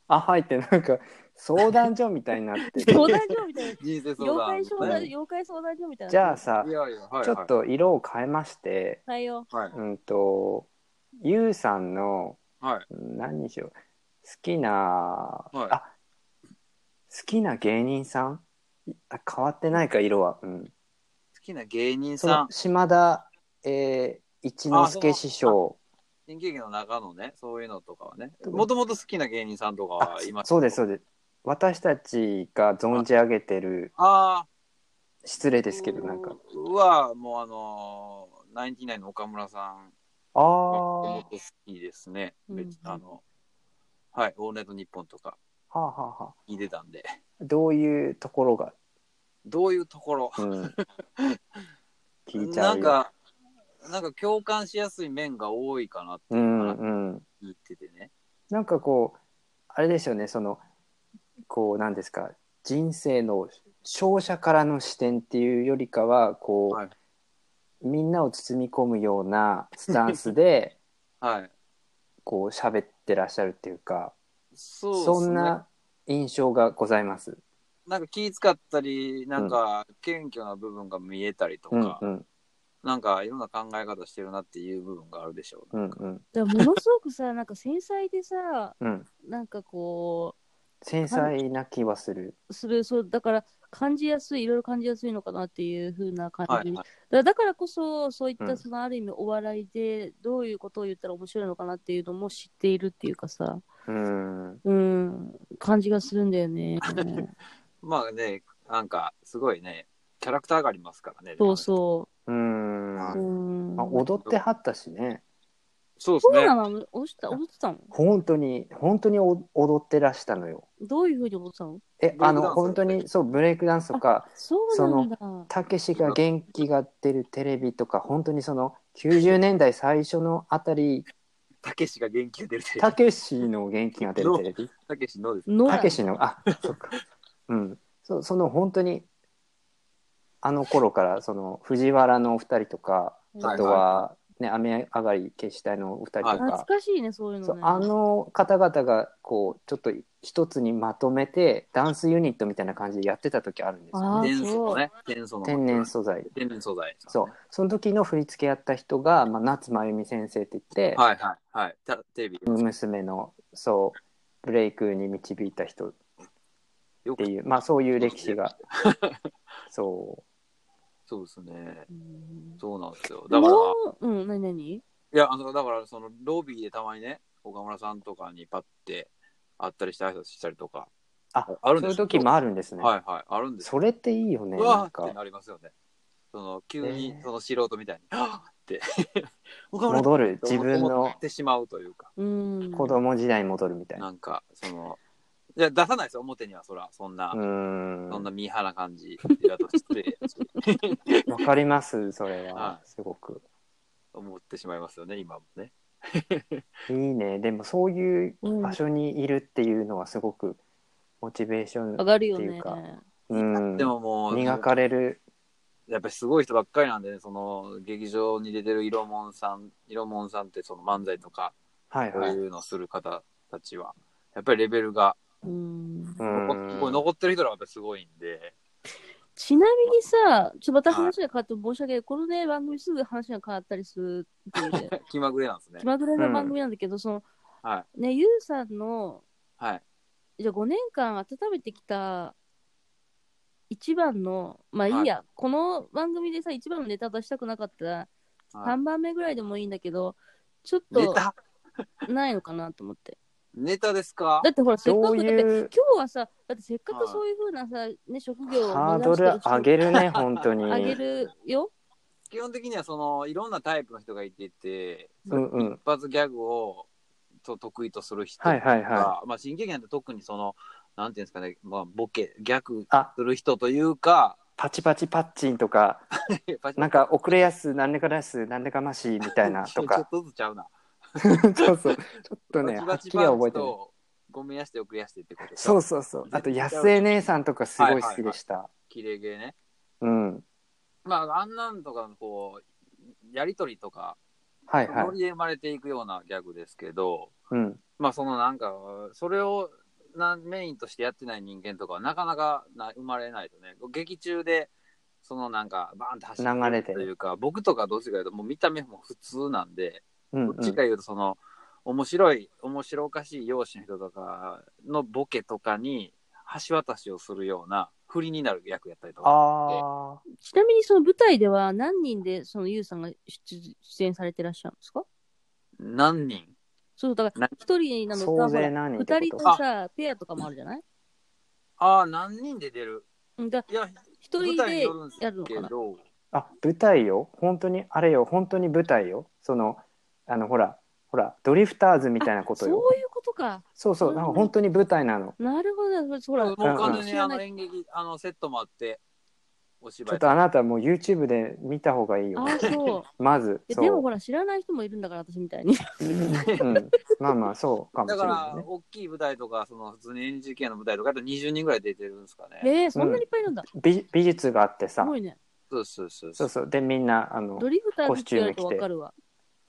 あはいってなんか相談所みたいになって る相談所みた いな。人生相妖談怪相談うん妖怪相談所みたいな。じゃあさいやいやはいはいちょっと色を変えましてはいよ。はいうんとゆうさんのはいうん何にしよう好きな、いあ好きな芸人さんいあ変わってないか色は、うん、好きな芸人そさのん島田、えー一之輔師匠新喜劇の中のねそういうのとかはねもともと好きな芸人さんとかあは今そうですそうです私たちが存じ上げてるああ失礼ですけどなんかはもうあのー、ナインティナインの岡村さんあがもあと好きですね、うん別あのはい「オールナイトニッポン」とかはあ、はあはあ、に出たんでどういうところが、どういうところうん、聞いちゃなうんよかなんか共感しやすい面が多いかなってういうのかんなうん聞いててね、なんかこうあれですよねそのこうなんですか人生の勝者からの視点っていうよりかはこう、はいみんなを包み込むようなスタンスで はいこう喋ってらっしゃるっていうかそうそ,、ですねんな印象がございます。なんか気使ったりなんか謙虚な部分が見えたりとうんか、うんなんかいろんな考え方してるなっていう部分があるでしょう、うんうんだからものすごくさ、なんか繊細でさ、うんなんかこ繊細な気はする。う、する、そう、だから感じやすい、いろいろ感じやすいのかなっていう風な感じ。はいはいだだからこそ、そういっうた、んそのある意味お笑いで、どういうことを言ったら面白いのかなっていうのも知っているっていうかさ、うんうん、感じがするんだよね。まあねなんかすごいねキャラクターがありますからねそうそうう。ん。うん。まあ、踊ってはったしねそうですそうねなの押した、押したの本当に本当にお踊ってらしたのよ。どういう風に踊ったのえブレイクダあンスの本当にそうブレイクダンスとかそうなんだ。たけしが元気が出るテレビとか本当にその90年代最初のあたりたけしが元気が出るってたけしの元気が出るテレビたけしのですのたけしのあそっかうんそその本当にあの頃からその藤原のお二人とかうんあはいとは、ね、雨上がり決死隊のお二人とか、懐かしいね、そういうそのうね。あの方々がこうちょっと一つにまとめてダンスユニットみたいな感じでやってた時あるんですよあね。天素のね、天素の。天然素材天然素材。そうその時の振り付けやった人が、まあ、夏真由美先生って言って、はいはいはい。たテレビ娘のそうブレイクに導いた人っよてくいう、まあ、そういう歴史 がそそうですね。うんそうなんですよ。だも、から、いううん、なになにや、あの、だから、その、ロビーでたまにね、岡村さんとかにパッて会ったりして挨拶したりとか。ああうるんそうでいうすよ時もあるんですね。はいはい。あるんですよ。それっていいよねうなわんーってかなりますよね。その、急にね、その素人みたいに、は ぁって、岡村さん戻る自分思のってしまうというか、うん。子供時代に戻るみたいな。なんか、その、いや、出さないですよ、表には、そら、そんなう、んそんなミーハーな感じだと失礼だしわかりますそれははすごく。思ってしまいますよね、今もね。いいねでもそういううん場所にいるっていうのはすごくモチベーション上がるよっていねう。かうんでももう、磨かれるやっぱりすごい人ばっかりなんでね、その劇場に出てる色もんさん、色もんさんってその漫才とか、はいそうはいい。うのする方たちは、やっぱりレベルが、うんうんこれ残ってる人らはやっぱりすごいんで、ちなみにさ、ちょっとまた話が変わって申し訳ない。このね、番組すぐ話が変わったりするっていう ね気まぐれなんですね気。まぐれの番組なんだけど、その、はね、ゆうさんの、はい。じゃあ5年間温めてきた一番の、まあいいや、この番組でさ、一番のネタ出したくなかったら、はい3番目ぐらいでもいいんだけど、ちょっネとタないのかなと思って。ネタですかだってほら、せっかどくだうって、い今う日はさ、だってせっかくそういうふうなさ、ね、職業をハー目ド指してるル上げる ね本当に。人上げるよ。基本的にはそのいろんなタイプの人がいてて、うんうん一発ギャグをと得意とする人とか、はいはいはまあ新劇なんて特にその、なんていうんですかね、まあ、ボケ、ギャグい。あする人というか、 パチパチパッチンとかなんか遅れやすなんでかやすなんでかましいみたいなとちょかっとずつ ちゃうな。そうそうちょっとねはバっチきりバチはパン覚えチてない。と、ごめんやして遅れやしてってこと。そううそうそうあと絶対安江姉さんとかすごい好きでした。綺麗系ね。うんまああんなんとかのこう、やりとりとか、はいはいノ。リで生まれていくようなギャグですけど、うんまあそのなんか、それをなメインとしてやってない人間とかはなかなかな生まれないとね、劇中で、そのなんか、バーンって走流っれててるというか、僕とかどっちかいうと、もう見た目も普通なんで、うんうどっちんかいうと、その、面白い、面白おかしい容姿の人とかのボケとかに、橋渡しをするような、振りになる役やったりとか。ああ、ちなみにその舞台では何人でそのゆうさんが出出演されてらっしゃるんですか何人そう、だからな一人なのか、総ほ勢ら何人って二人こととか。さ、ペアとかもあるじゃないああ、何人で出るうんだいや、一舞人台にでよるんでやるのすかけな。ど、あ、舞台よ。本当に、あれよ。本当に舞台よ。その、あの、ほら、ほら、ドリフターズみたいなことそうよ。いうことか。そうそう、なんか本当に舞台なの。なるほど。ほら、もう完全知にらあないの演劇、あのセットもあって、おちょ芝っ居。とあなたもう YouTube で見た方がいいよあ。あ、そう。まず、えそう。でもほら、知らない人もいるんだから、私みたいに。うん。まあまあ、そうかもだしかれならい、ね。大きい舞台とか、その普通に NGK の舞台とか、あと20人ぐらい出てるんですかね。えー、そんなにいっぱいいるんだ。美美術があってすさ、ごいね。そうそうそうそうそう。で、みんな、あのド、リフターズって言われるとわかるわ。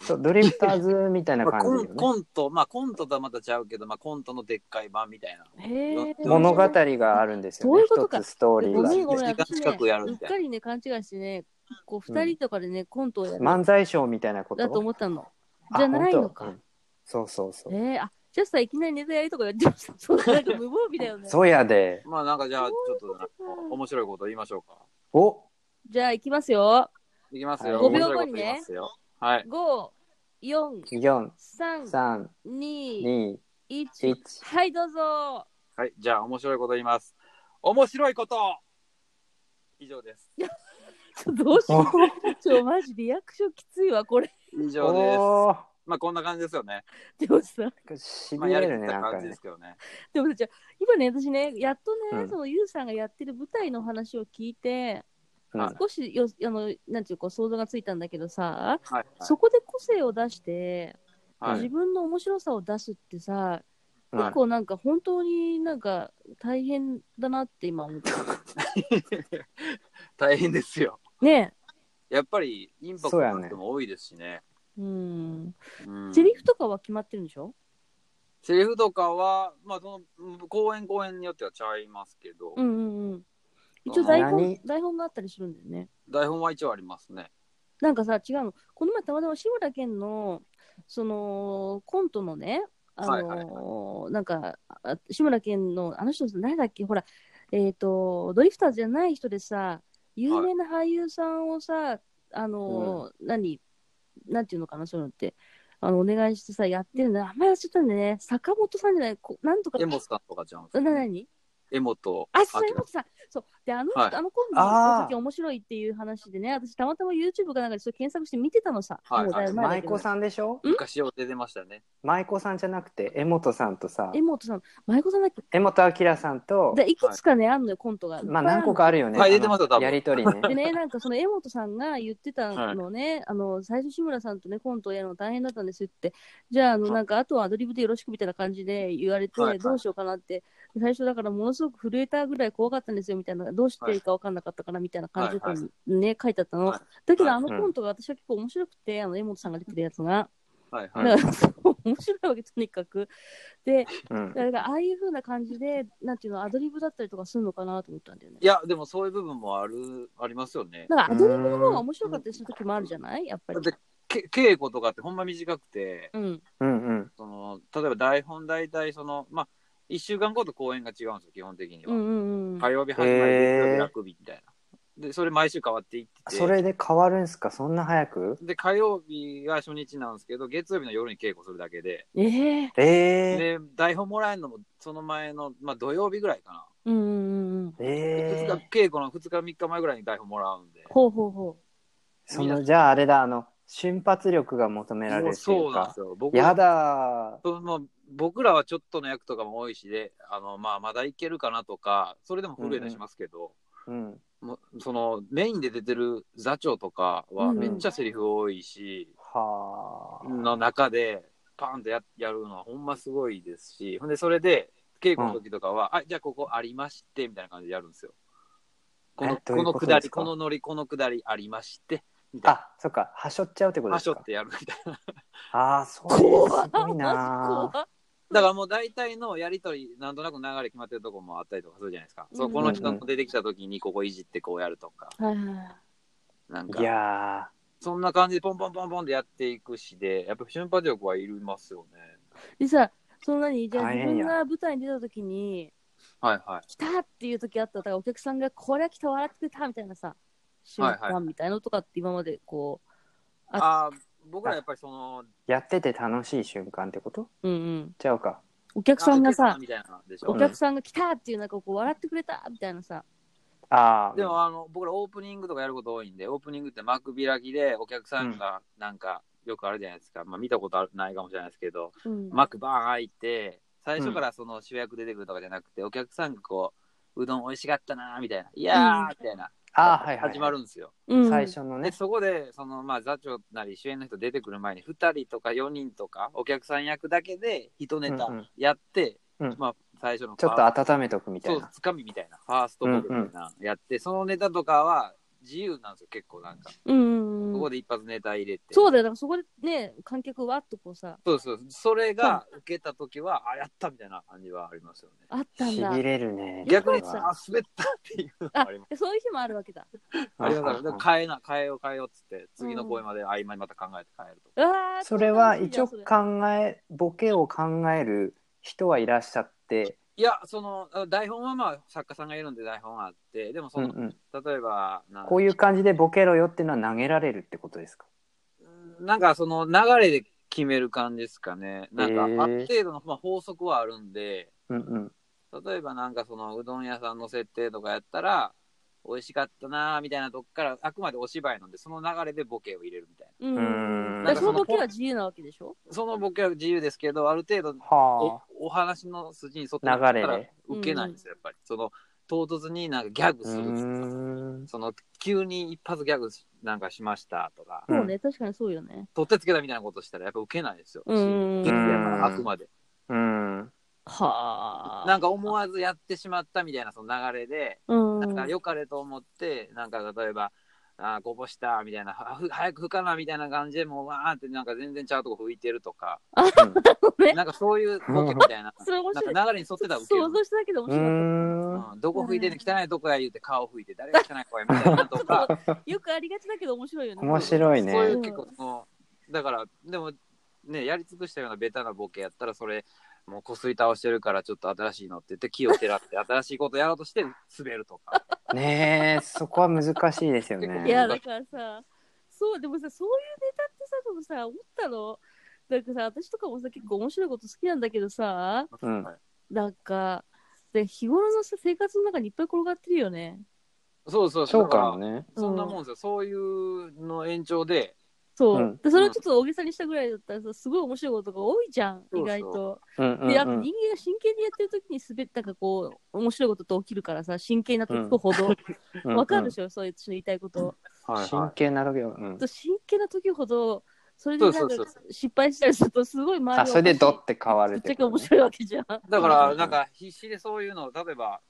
そうドリフターズみたいなま感あ、じコよンね。コント、まあコントとはまたちゃうけど、まあコントのでっかい版みたいな。へえ。コン物語があるんですよそうね。いうこと一かつストーごリめーが。んごめん、時間私ね、近くやるうみったいなかりね、勘違いしてね、こう、うん二人とかでね、コントをやる漫才ショーみたいなことだと思ったの。あじゃないの本か当う。んそうそうそう、えー、あ、じゃあさ、いきなりネタやりとかやってました。そう、なんか無防備だよね。そうやでまあなんかじゃあ、ちょっとなんかそういうことか面白いこと言いましょうか。おじゃあ、いきますよ。いきますはよ。い面5秒白い後こにとね言いますよ。はい。 5、4、四3、三2、二1。一はい、どうぞ。はい。じゃあ、面白いこと言います。面白いこと以上です。ちょどうしよう。ちょ、マジリアクションきついわ、これ。以上です。おまあこんな感じですよね。でもさ、ーしまびあやれるりきっねなたん感かじでねすけどね。でもさ、じゃあ今ね、私ね、やっとね、うんその、ゆうさんがやってる舞台の話を聞いて、うんはい少しよ、あの、なんていうか、想像がついたんだけどさ、はい。そこで個性を出して、はい。自分の面白さを出すってさ、うん結構なんか本 当になんか大変だなって今思った。大変ですよ。ねやっぱりインパクトそうやねの人も多いですしね。え。うん。うんセリフとかは決まってるんでしょセリフとかは、まあ、その公演公演によってはちゃいますけど、うんうんうん。一応台本何、台本があったりするんだよね。台本は一応ありますね。なんかさ、違うの。この前たまたま志村けんの、その、コントのね、あのーはいはいなんか、あ志村けんの、あの人、誰だっけ、ほら、えっ、と、ドリフターズじゃない人でさ、有名な俳優さんをさ、あのー何、なんていうのかな、そういうのって。あの、お願いしてさ、やってるの、あんまり忘れちゃったんだよね。坂本さんじゃない、こなんとか、エモさんとかじゃん。な、な、にエモと。あ、そう、キ山ラ本さん。そう。で、あの、はいあのコンビあーの時面白いっていう話でね、私たまたま YouTube かなんかでそれ検索して見てたのさ。はいもうだいぶ前だ舞けど妓さんでしょ昔を出てましたね。舞妓さんじゃなくて江本さんとさ江本さん、舞妓さんだっけ江本明さんとでいくつかね、あんのよ、コントが。まあ何個かあるよね、はいあの出てますよ多分やりとりねでね、なんかその江本さんが言ってたのね、あの最初、志村さんとね、コントをやるの大変だったんですって、じゃあ、あのはいなんかあとはアドリブでよろしくみたいな感じで言われて、はいはいどうしようかなって、最初だからものすごく震えたぐらい怖かったんですよみたいな、どうしていいか分かんなかったからみたいな感じで、はいはね、書いてあったの。はいだけど、はいあのコントが私は結構面白くて、あの江本さんが出てるやつが、はいうんはい。だからすごい面白いわけ、とにかく。で、うんだからああいう風な感じで、なんていうの、アドリブだったりとかするのかなと思ったんだよねい。や、でもそういう部分もある、ありますよね。なんかアドリブの方が面白かったりする時もあるじゃないやっぱりだっ。て、け稽古とかってほんま短くて、うん。うんうんその例えば台本大体その、まあ、1週間ごと公演が違うんですよ、基本的にうは。んうんうん。火曜日始まり、へー月曜日楽日みたいな。で、それ毎週変わっていってて。それで変わるんすかそんな早くで、火曜日が初日なんですけど、月曜日の夜に稽古するだけで、えええー、で、台本もらえるのもその前の、まあ土曜日ぐらいかうんうんうん。えな。え2日、稽古の2日、3日前ぐらいに台本もらうんで。ほうほうほそのじゃああれだあの瞬発力が求められもるうっていそううなんでかすよ。僕やだーその僕らはちょっとの役とかも多いしで、あの、まあ、まだいけるかなとか、それでも震えたりしますけど、うんもうそのメインで出てる座長とかはうんめっちゃセリフ多いし、はあの中でパンとややるのはほんますごいですしほんでそれで稽古の時とかは、あじゃあここありましてみたいな感じでやるんですよこのえどういうここのとくでだすりかこのノリこのくだりありましてみたいなあそっかはしょっちゃうってことではしょすっかてやるみたいな ああそう怖。すごいうなー怖だからもう大体のやりとりなんとなく流れ決まってるとこもあったりとかするじゃないですか、そうこの人も出てきた時にここいじってこうやるとかはいはいなんいかやそんな感じでポンポンポンポンでやっていくしでやっぱ瞬発力はいりますよねでさ、その何じゃあ大自変や分が舞台に出た時に、はいはい来たっていう時あっただからお客さんがこれは来た笑ってくれたみたいなさ、瞬はいは間みたいなのとかって今までこああ僕らやっぱりそのーやってて楽しい瞬間ってことう、うんうん。ちゃうかお客さんがあさ、みたいなのでしょお客さんが来たっていうなんかこう笑ってくれたみたいなさ、ああでもあの僕らオープニングとかやること多いんでオープニングって幕開きでお客さんがなんかよくあるじゃないですか、まあ、見たことあるないかもしれないですけどうん、幕バーン開いて最初からその主役出てくるとかじゃなくて、お客さんがこううどん美味しかったなーみたいな「いやー」みたいな、あーはいはい、始まるんですよ。うん最初のでねそこでその、まあ、座長なり主演の人出てくる前に2人とか4人とかお客さん役だけで一ネタうんうんやって、うんまあ、最初のちょっパーと温めとくみたいそうなつかみみたいなファーストボールみたいな、やってそのネタとかは自由なんですよ結構なんか、うんうんうんここで一発ネタ入れてそううだよ、だからそこでね、観客わっとこうさ、そうそうそれが受けた時は、あやったみたいな感じはありますよねあったんしだ。びれるね逆にこれさはあ滑ったっていうのもあありますそういう日もあるわけだ。ありがとうございうんます変えな変えよう変えようっつって次の声まで合間にまた考えて変えると、うわー それは楽しい一じゃん応それ考えボケを考える人はいらっしゃっていやそのあ台本はまあ作家さんがいるんで台本はあってでもそうんの、うん例えばなんこういう感じでボケろよっていうのは投げられるってことですかなんかその流れで決める感じですかねなんかへーある程度の、まあ、法則はあるんで、うんうん例えばなんかそのうどん屋さんの設定とかやったら美味しかったなーみたいなとこからあくまでお芝居なんでその流れでボケを入れるみたいうんうんだからそのボケは自由なわけでしょなそのボケは自由ですけどある程度はおお話の筋に沿って流れでなかったら受けないんですよやっぱりその唐突になんかギャグあするとかその急に一発ギャグなんかしましたとかうんそうね、確かにそうよね。取ってつけたみたいなことしたらやっぱ受けないですようん 劇だからあくまでうんはあ。なんか思わずやってしまったみたいなその流れで、うん。なんか良かれと思って、なんか例えば、あーこぼしたみたいな、はふ早く拭かなみたいな感じでもうわーってなんか全然ちゃうとこ拭いてるとか、ねなんかそういうロケみたいな、それ面白い。なんか流れに沿ってたらウケる想。像しただけで面う白かっん。うんどこ拭いてんの汚いとこや言うて顔拭いて誰が汚い子やみたいなとかた。よくありがちだけど面白いよね。 面白いねそういう結構そのだからでもねやり尽くしたようなベタなボケやったらそれもうこすり倒してるからちょっと新しいのって言って木を照らって新しいことやろうとして滑るとかねえ、そこは難しいですよ結構いや、ね。だからさ、そう、でもさ、そういうネタってさ、でもさ、思ったのなんかさ、私とかもさ、結構面白いこと好きなんだけどさ、うんなんか、で日頃のさ生活の中にいっぱい転がってるよね。そうそうそうだからもね。そんなもんですよ、そういうの延長でそう、うんで。それをちょっと大げさにしたぐらいだったらさ、すごい面白いことが多いじゃん、そうそう意外と。うんうんで、あとう人ん。間が真剣にやってる時に滑ったかこう、面白いことって起きるからさ、真剣になってくほど、わ、うんかるでしょ、そういう私の言いたいこと。はい真剣なロケを。うんと真剣な時ほど、それでなそんうそうかそう失敗したりすると、すごい周りがあ、それでドって変わぶるっっちゃけてこと面ね。白いわけじゃん。だかうんうんうらんなんか必死でそういうのを例えば、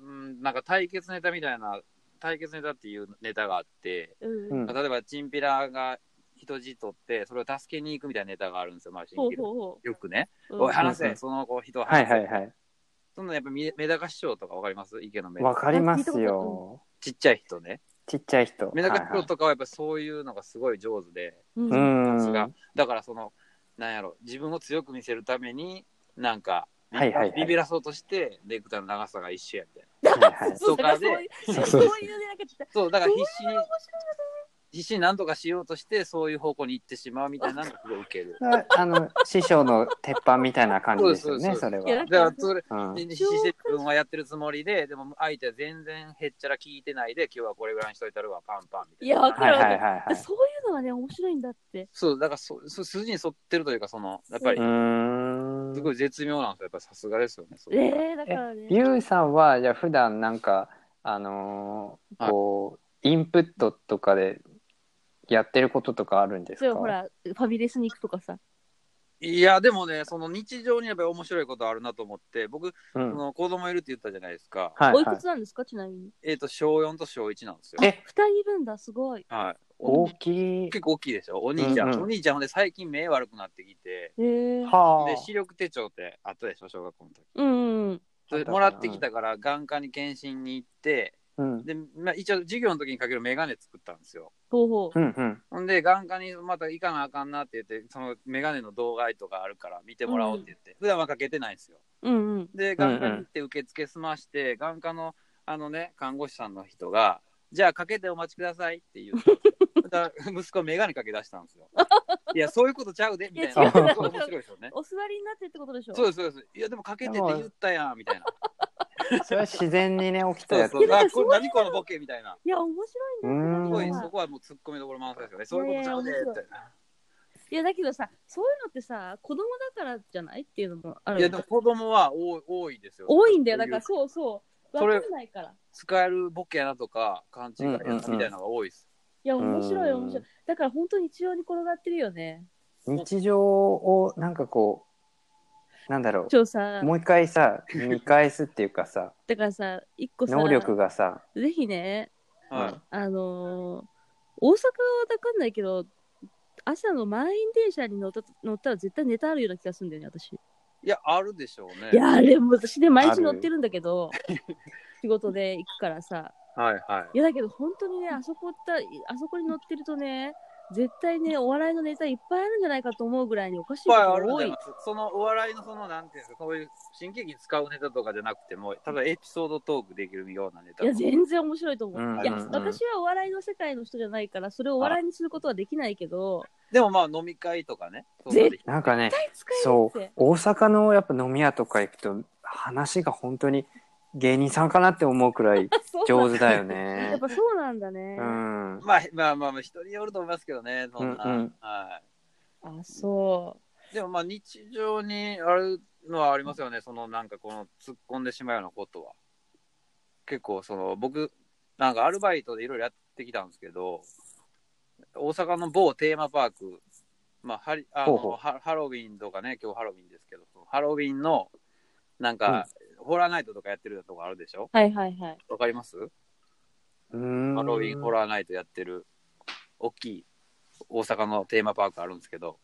うん、なんか対決ネタみたいな対決ネタっていうネタがあってうん。うん例えばチンピラが人質取ってそれを助けに行くみたいなネタがあるんですよ、まあ、チほンうピラほうほよくね、う。おい話うんうせんその子人をは話いせ、はいはい。そんなやっぱみメダカ師匠とかわかります池のメわダカかりますあ聞いたよ。ちっちゃい人ねちっちゃい人。メダカ師はいは匠いとかはやっぱそういうのがすごい上手で、うん。うさん。すはがだからそのなんやろ自分を強く見せるためになんかビ,、はいはいはいビビらそうとしてネクタイの長さが一緒やみたいないはい。そうとかだでそういう、そうそそうういうね、なんかちょっそうだから必死にと面白い必死になんとかしようとしてそういう方向に行ってしまうみたいなのがすごいウケる あの、師匠の鉄板みたいな感じですよね、そそうれいやはだ。からそれうんで自分はやってるつもりで、でも相手は全然へっちゃら聞いてないで、今日はこれぐらいにしといたるわ、パンパンみたいな。いやわかはいるはいはいはだい。そういうのがね、面白いんだって。そう、だからそそ筋に沿ってるというか、その、やっぱりう、ーんすごい絶妙なんですよ。やっぱさすがですよね。そうえー、だからね。ゆうさんはじゃあ普段なんかあのーこうインプットとかでやってることとかあるんですそれかはほら、ファミレスに行くとかさ。いや、でもね、その日常にやっぱり面白いことあるなと思って、僕、うんその子供いるって言ったじゃないですか。はいおいはくいつなんですか、ちなみに。えっ、と、小4と小1なんですよ。え二人いるんだ、すごい。はい。大きい結構大きいでしょ。お兄ちゃん。うんうんお兄ちゃんほんで最近目悪くなってきて、えー。はで、あ視力手帳ってあったでしょ、小学校の時。うんうん。それもらってきたから、眼科に検診に行って、うんで、まあ、一応授業の時にかけるメガネ作ったんですよ。ほうほうんうんほんで眼科にまた行かなあかんなって言ってそのメガネの動画とかあるから見てもらおうって言って、普段はかけてないんですよ。う。うんうん。で眼科に行って受付済まして、眼科のあのね看護師さんの人が「じゃあかけてお待ちください」って言う だから息子メガネかけ出したんですよ。いやそういうことちゃうでみたいいなや違うそう面白いですよね。お座りになってってことでしょ。そううですそうです。いやでもかけてって言ったやんみたいな。それは自然にね起きたそうやつそう。いやだからあそうこいうれ何このボケみたいな。いや、面白いうだんすごっていなんそか。こはもう突っ込みどころ満載ですよね。そういうことちゃうでみたいな。いや、だけどさ、そういうのってさ、子供だからじゃないっていうのもあるいやでも子供は多い多いですよ。多いんだよ、そだううからそうそう。わそれかんないから。使えるボケやなとか勘違いやなみたいなのが多いです。いや、面白い、うん面白い。だから本当に日常に転がってるよね。日常をなんかこうなんだろちょさう、もう一回さ見返すっていうかさだからさ、一個さ、能力がさ、ぜひね、うんはい。あのー大阪はわかんないけど、朝の満員電車に乗った乗ったら絶対ネタあるような気がするんだよね、私。いやあるでしょうね。いや、あれ、もう私ね、毎あ日る乗ってるんだけど、仕事で行くからさ。はいはいやだけど本当にねあそこったあそこに乗ってるとね絶対ねお笑いのネタいっぱいあるんじゃないかと思うぐらいにおかしいい。こいっぱいとあがるん多じゃいないですかそのお笑いのそのなんていうんですかそういう新喜劇使うネタとかじゃなくてもただエピソードトークできるようなネタいや全然面白いと思う、うんいやうんうん私はお笑いの世界の人じゃないからそれをお笑いにすることはできないけどでもまあ飲み会とかねそうぜでなんかね使えるっそうて大阪のやっぱ飲み屋とか行くと話が本当に芸人さんかなって思うくらいそう上手だよ やっね。ぱそうなんだねう、ん。まあまあまあまあ人によると思いますけどねそんな、うんうんはあそいでもまあ日常にあるのはありますよねそのなんかこの突っ込んでしまうようなことは結構その僕なんかアルバイトでいろいろやってきたんですけど大阪の某テーマパークまあハリあのほうほうハハロウィンとかね今日ハロウィンですけどハロウィンのなんか、ホラーナイトとかやってるとこあるでしょはいはいはい。わかりますうーんハロウィンホラーナイトやってる、大きい大阪のテーマパークあるんですけど、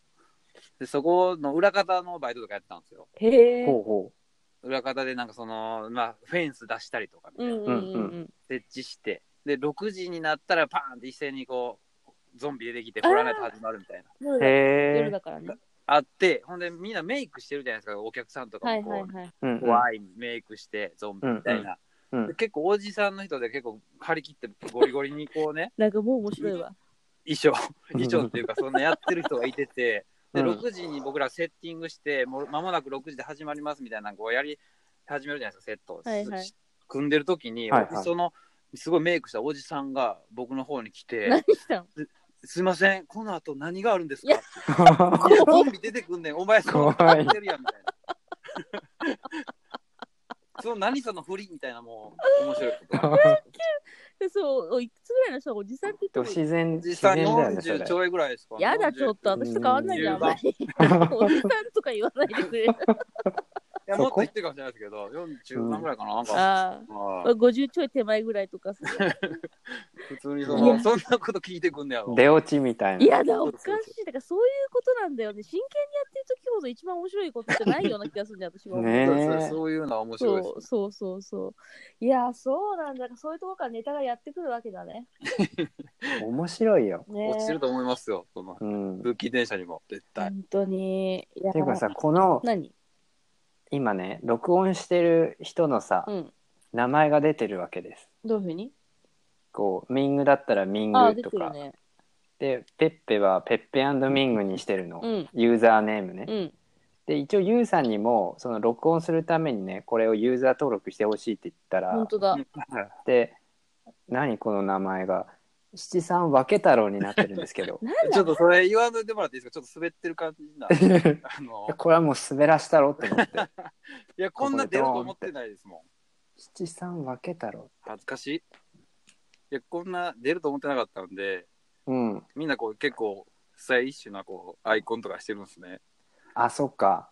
でそこの裏方のバイトとかやってたんですよ。へえ。ほうほ裏方でなんかその、まあ、フェンス出したりとかみたういな、んうんううん設置して、で、6時になったらパーンって一斉にこう、ゾンビ出てきて、ホラーナイト始まるみたいな。うん。う。夜へ夜え。だからね。あって、ほんでみんなメイクしてるじゃないですか、お客さんとかはもいこう、はいはい。うんうん怖いメイクして、ゾンビみたいな。うん うんうんで結構おじさんの人で結構張り切ってゴリゴリにこうねなんかもう面白いわ。衣装衣装っていうかそんなやってる人がいててでうん6時に僕らセッティングしてもう間もなく6時で始まりますみたいなのをこうやり始めるじゃないですかセットを、はいはいし組んでる時に、はいはい僕そのすごいメイクしたおじさんが僕の方に来て何したの「すいませんこの後何があるんですいか?」やってゾンビ出てくんねん、お前その怖いてるやんみたいな。その何その振りみたいなもう面白いこ とが。でそう、おいくつぐらいの人はおじさんって言っても自然自実際然だよねそ40れち。ょいぐらいですかやだ、ちょっと。 40あの人変わんないじゃん、あんまり。おじさんとか言わないでくれる。いやもっと言ってるかもしれないですけど、40何ぐらいかな、なんか。あまあ。あ50ちょい手前ぐらいとかさ。普通にそいのやそんなこと聞いてくんねやろ。出落ちみたいな。いやだ、そおうかそうそうしい。だからそういうことなんだよね。真剣にやってる時ほど一番面白いことってないような気がするんだよ、私は。ねそうそうそういうのは面白いそうそうそうそう。いや、そうなんだ。そういうところからネタがやってくるわけだね。面白いよ。ね落ちてると思いますよ、そのうん。っ空気電車にも、絶対。本当に。いやていうかさこの何今ね録音してる人のさ、うん。名前が出てるわけです。どういうふうにこうミングだったらミンああ、グ出てとるか、ね。でペッペはペッペミングにしてるの、うんユーザーネームね。うん。で一応ユウさんにもその録音するためにねこれをユーザー登録してほしいって言った本ら当だ。で何この名前が七三分け太郎になってるんですけ どなんちょだっとそれ言わんといてもらっていいですかちょっと滑ってる感じにな る。あのこれはもう滑らしたろって思っていや、こんな出ると思ってないですもん。七三分け太郎恥ずかしい。いや、こんな出ると思ってなかったんで、うんみんなこう結構、スタイリッシュなこうアイコンとかしてるんですね。あそっか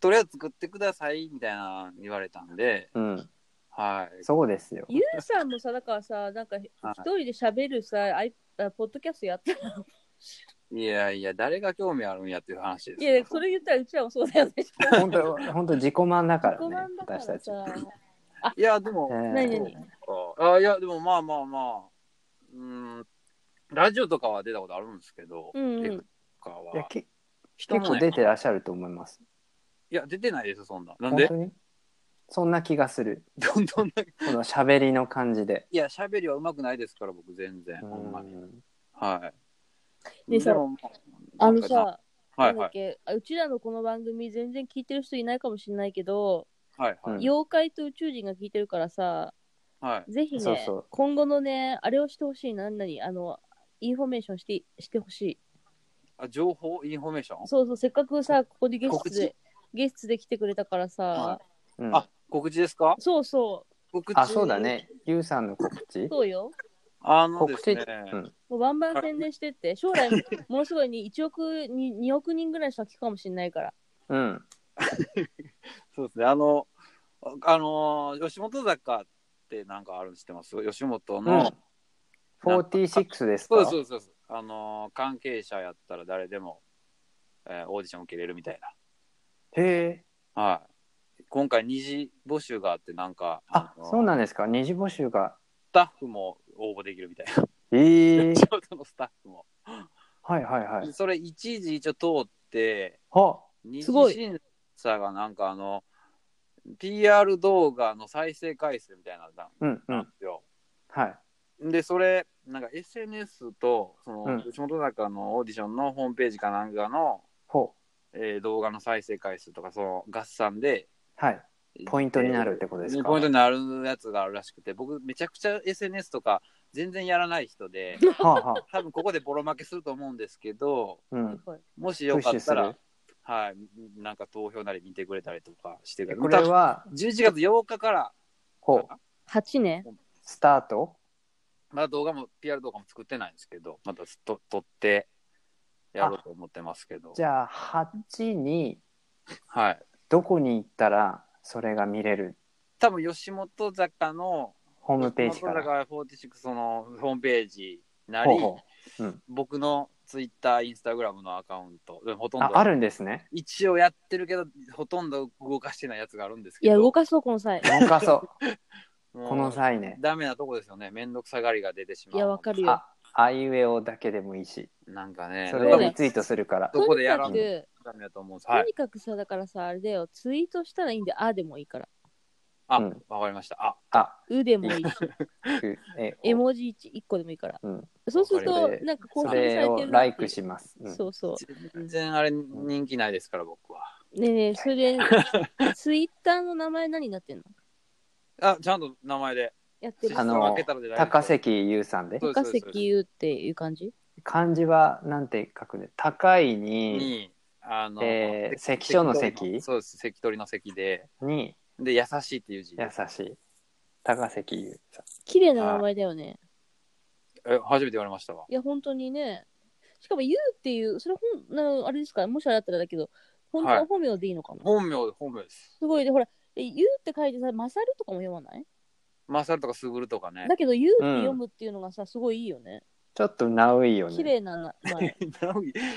とりあえず作ってくださいみたいな言われたんで、うんはい。そうですよゆうさんもさ、だからさ、なんか一人で喋るさ、あいあポッドキャストやってたの。いやいや、誰が興味あるんやっていう話ですいよ。や、それ言ったらうちらもそうだよね。本当本当自己満だからね自己満だから私たち、さ。いや、でも、えー何々あいや、でもまあまあまあ、うーん、ラジオとかは出たことあるんですけど、うんテうクんと。かはいやけ人結構もね出てらっしゃると思いますいや、出てないですよ、そんな。なん本で当にそんな気がするどんどんな、いこの喋りの感じでや、喋りは上手くないですから、僕、全然、うほんまに。んはい。ねえさもあの、なんかさ、ななはいんだはっい。けあうちらのこの番組全然聞いてる人いないかもしれないけど、はいうはい。ん妖怪と宇宙人が聞いてるからさはい、ぜひねそうそう今後のねあれをしてほしいな何あのインフォメーションしてしてほしいあ情報、インフォメーションそうそうせっかくさここでゲスト告知でゲストで来てくれたからさ、はうんあ、告知ですかそうそ告知あそうだ。ねゆうさんの告知うそうよあので告す知、ね、うん、もうバンバン宣伝してって将来ものすごいに1億に2億人ぐらい先かもしれないからうん、そうですね、あの、あのー、吉本坂ってなんかあるの知ってます吉本うんの、 46ですかそうですそうですそうです、あのー関係者やったら誰でも、えーオーディション受けれるみたいへえな。はい。今回二次募集があって、なんか、あのーそうなんですか二次募集がスタッフも応募できるみたいな。ええ吉本のスタッフも。はいはいはいそれ一時一応通って、は二すご次い審査がなんかあの PR 動画の再生回数みたいなのだうんうなんんですよ。はいでそれなんか SNS とその、うん吉本坂のオーディションのホームページかなんかの、ほえー動画の再生回数とかその合算でうはいポイントになるってことですかポイントになるやつがあるらしくて僕めちゃくちゃ SNS とか全然やらない 人ではあ、はあ、多分ここでボロ負けすると思うんですけどうんもしよかったプッシュらす、はい、なんか投票なり見てくれたりとかしてくれこれは11月8日から、ほう8年スタートまだ動画も、PR 動画も作ってないんですけど、またと撮ってやろうと思ってますけど、じゃあ8にはい。どこに行ったらそれが見れる多分吉本坂のホーホムページから。坂46のホームページなりほうほううん、僕のツイッターインスタグラムのアカウントでもほとんあどあるんです ね。一応やってるけどほとんど動かしてないやつがあるんですいけどや、動かそう、この際。動か そう。もうこの際ね。ダメなとこですよねめんどくさがりが出てしまういや、わかるよ。あ、あいうえおだけでもいいし、なんかねそそれうだリよツイートするから。どとこでにやからんのく、ダメだと思うんですはといにかくさ、だからさ、あれだよ、ツイートしたらいいんで、あでもいいから。あうわ、んかりましたああ、うでもいいし、うえお絵文字 1, 個でもいいから。うんそうするそとれ、なんか更そ新されてれるなっていをうライクします。うんそうそう。全然あれ人気ないですから僕はねえねえ、それで、ツイッターの名前何になってんのあちゃんと名前でやってるあ。のシステム開けたらで大丈夫高関優さんでそ。う高関優っていう感じ漢字はなんて書くね。高いに、にあの、えー関所の関そうです関取の関でに、で優しいっていう字優しい。高関優さん。綺麗な名前だよね。え初めて言われましたわいや、本当にね。しかも、優っていう、それほん、なのあれですか、もしあれだったらだけど、本当ははい本名でいいのかも。本名で本名ですすごい。で、ほら、え優って書いてさ、マサルとかも読まないマサルとかスグルとかねだけど、優って読むっていうのがさ、すごいいいよね。ちょっとナウいよ綺ね。麗な な名前。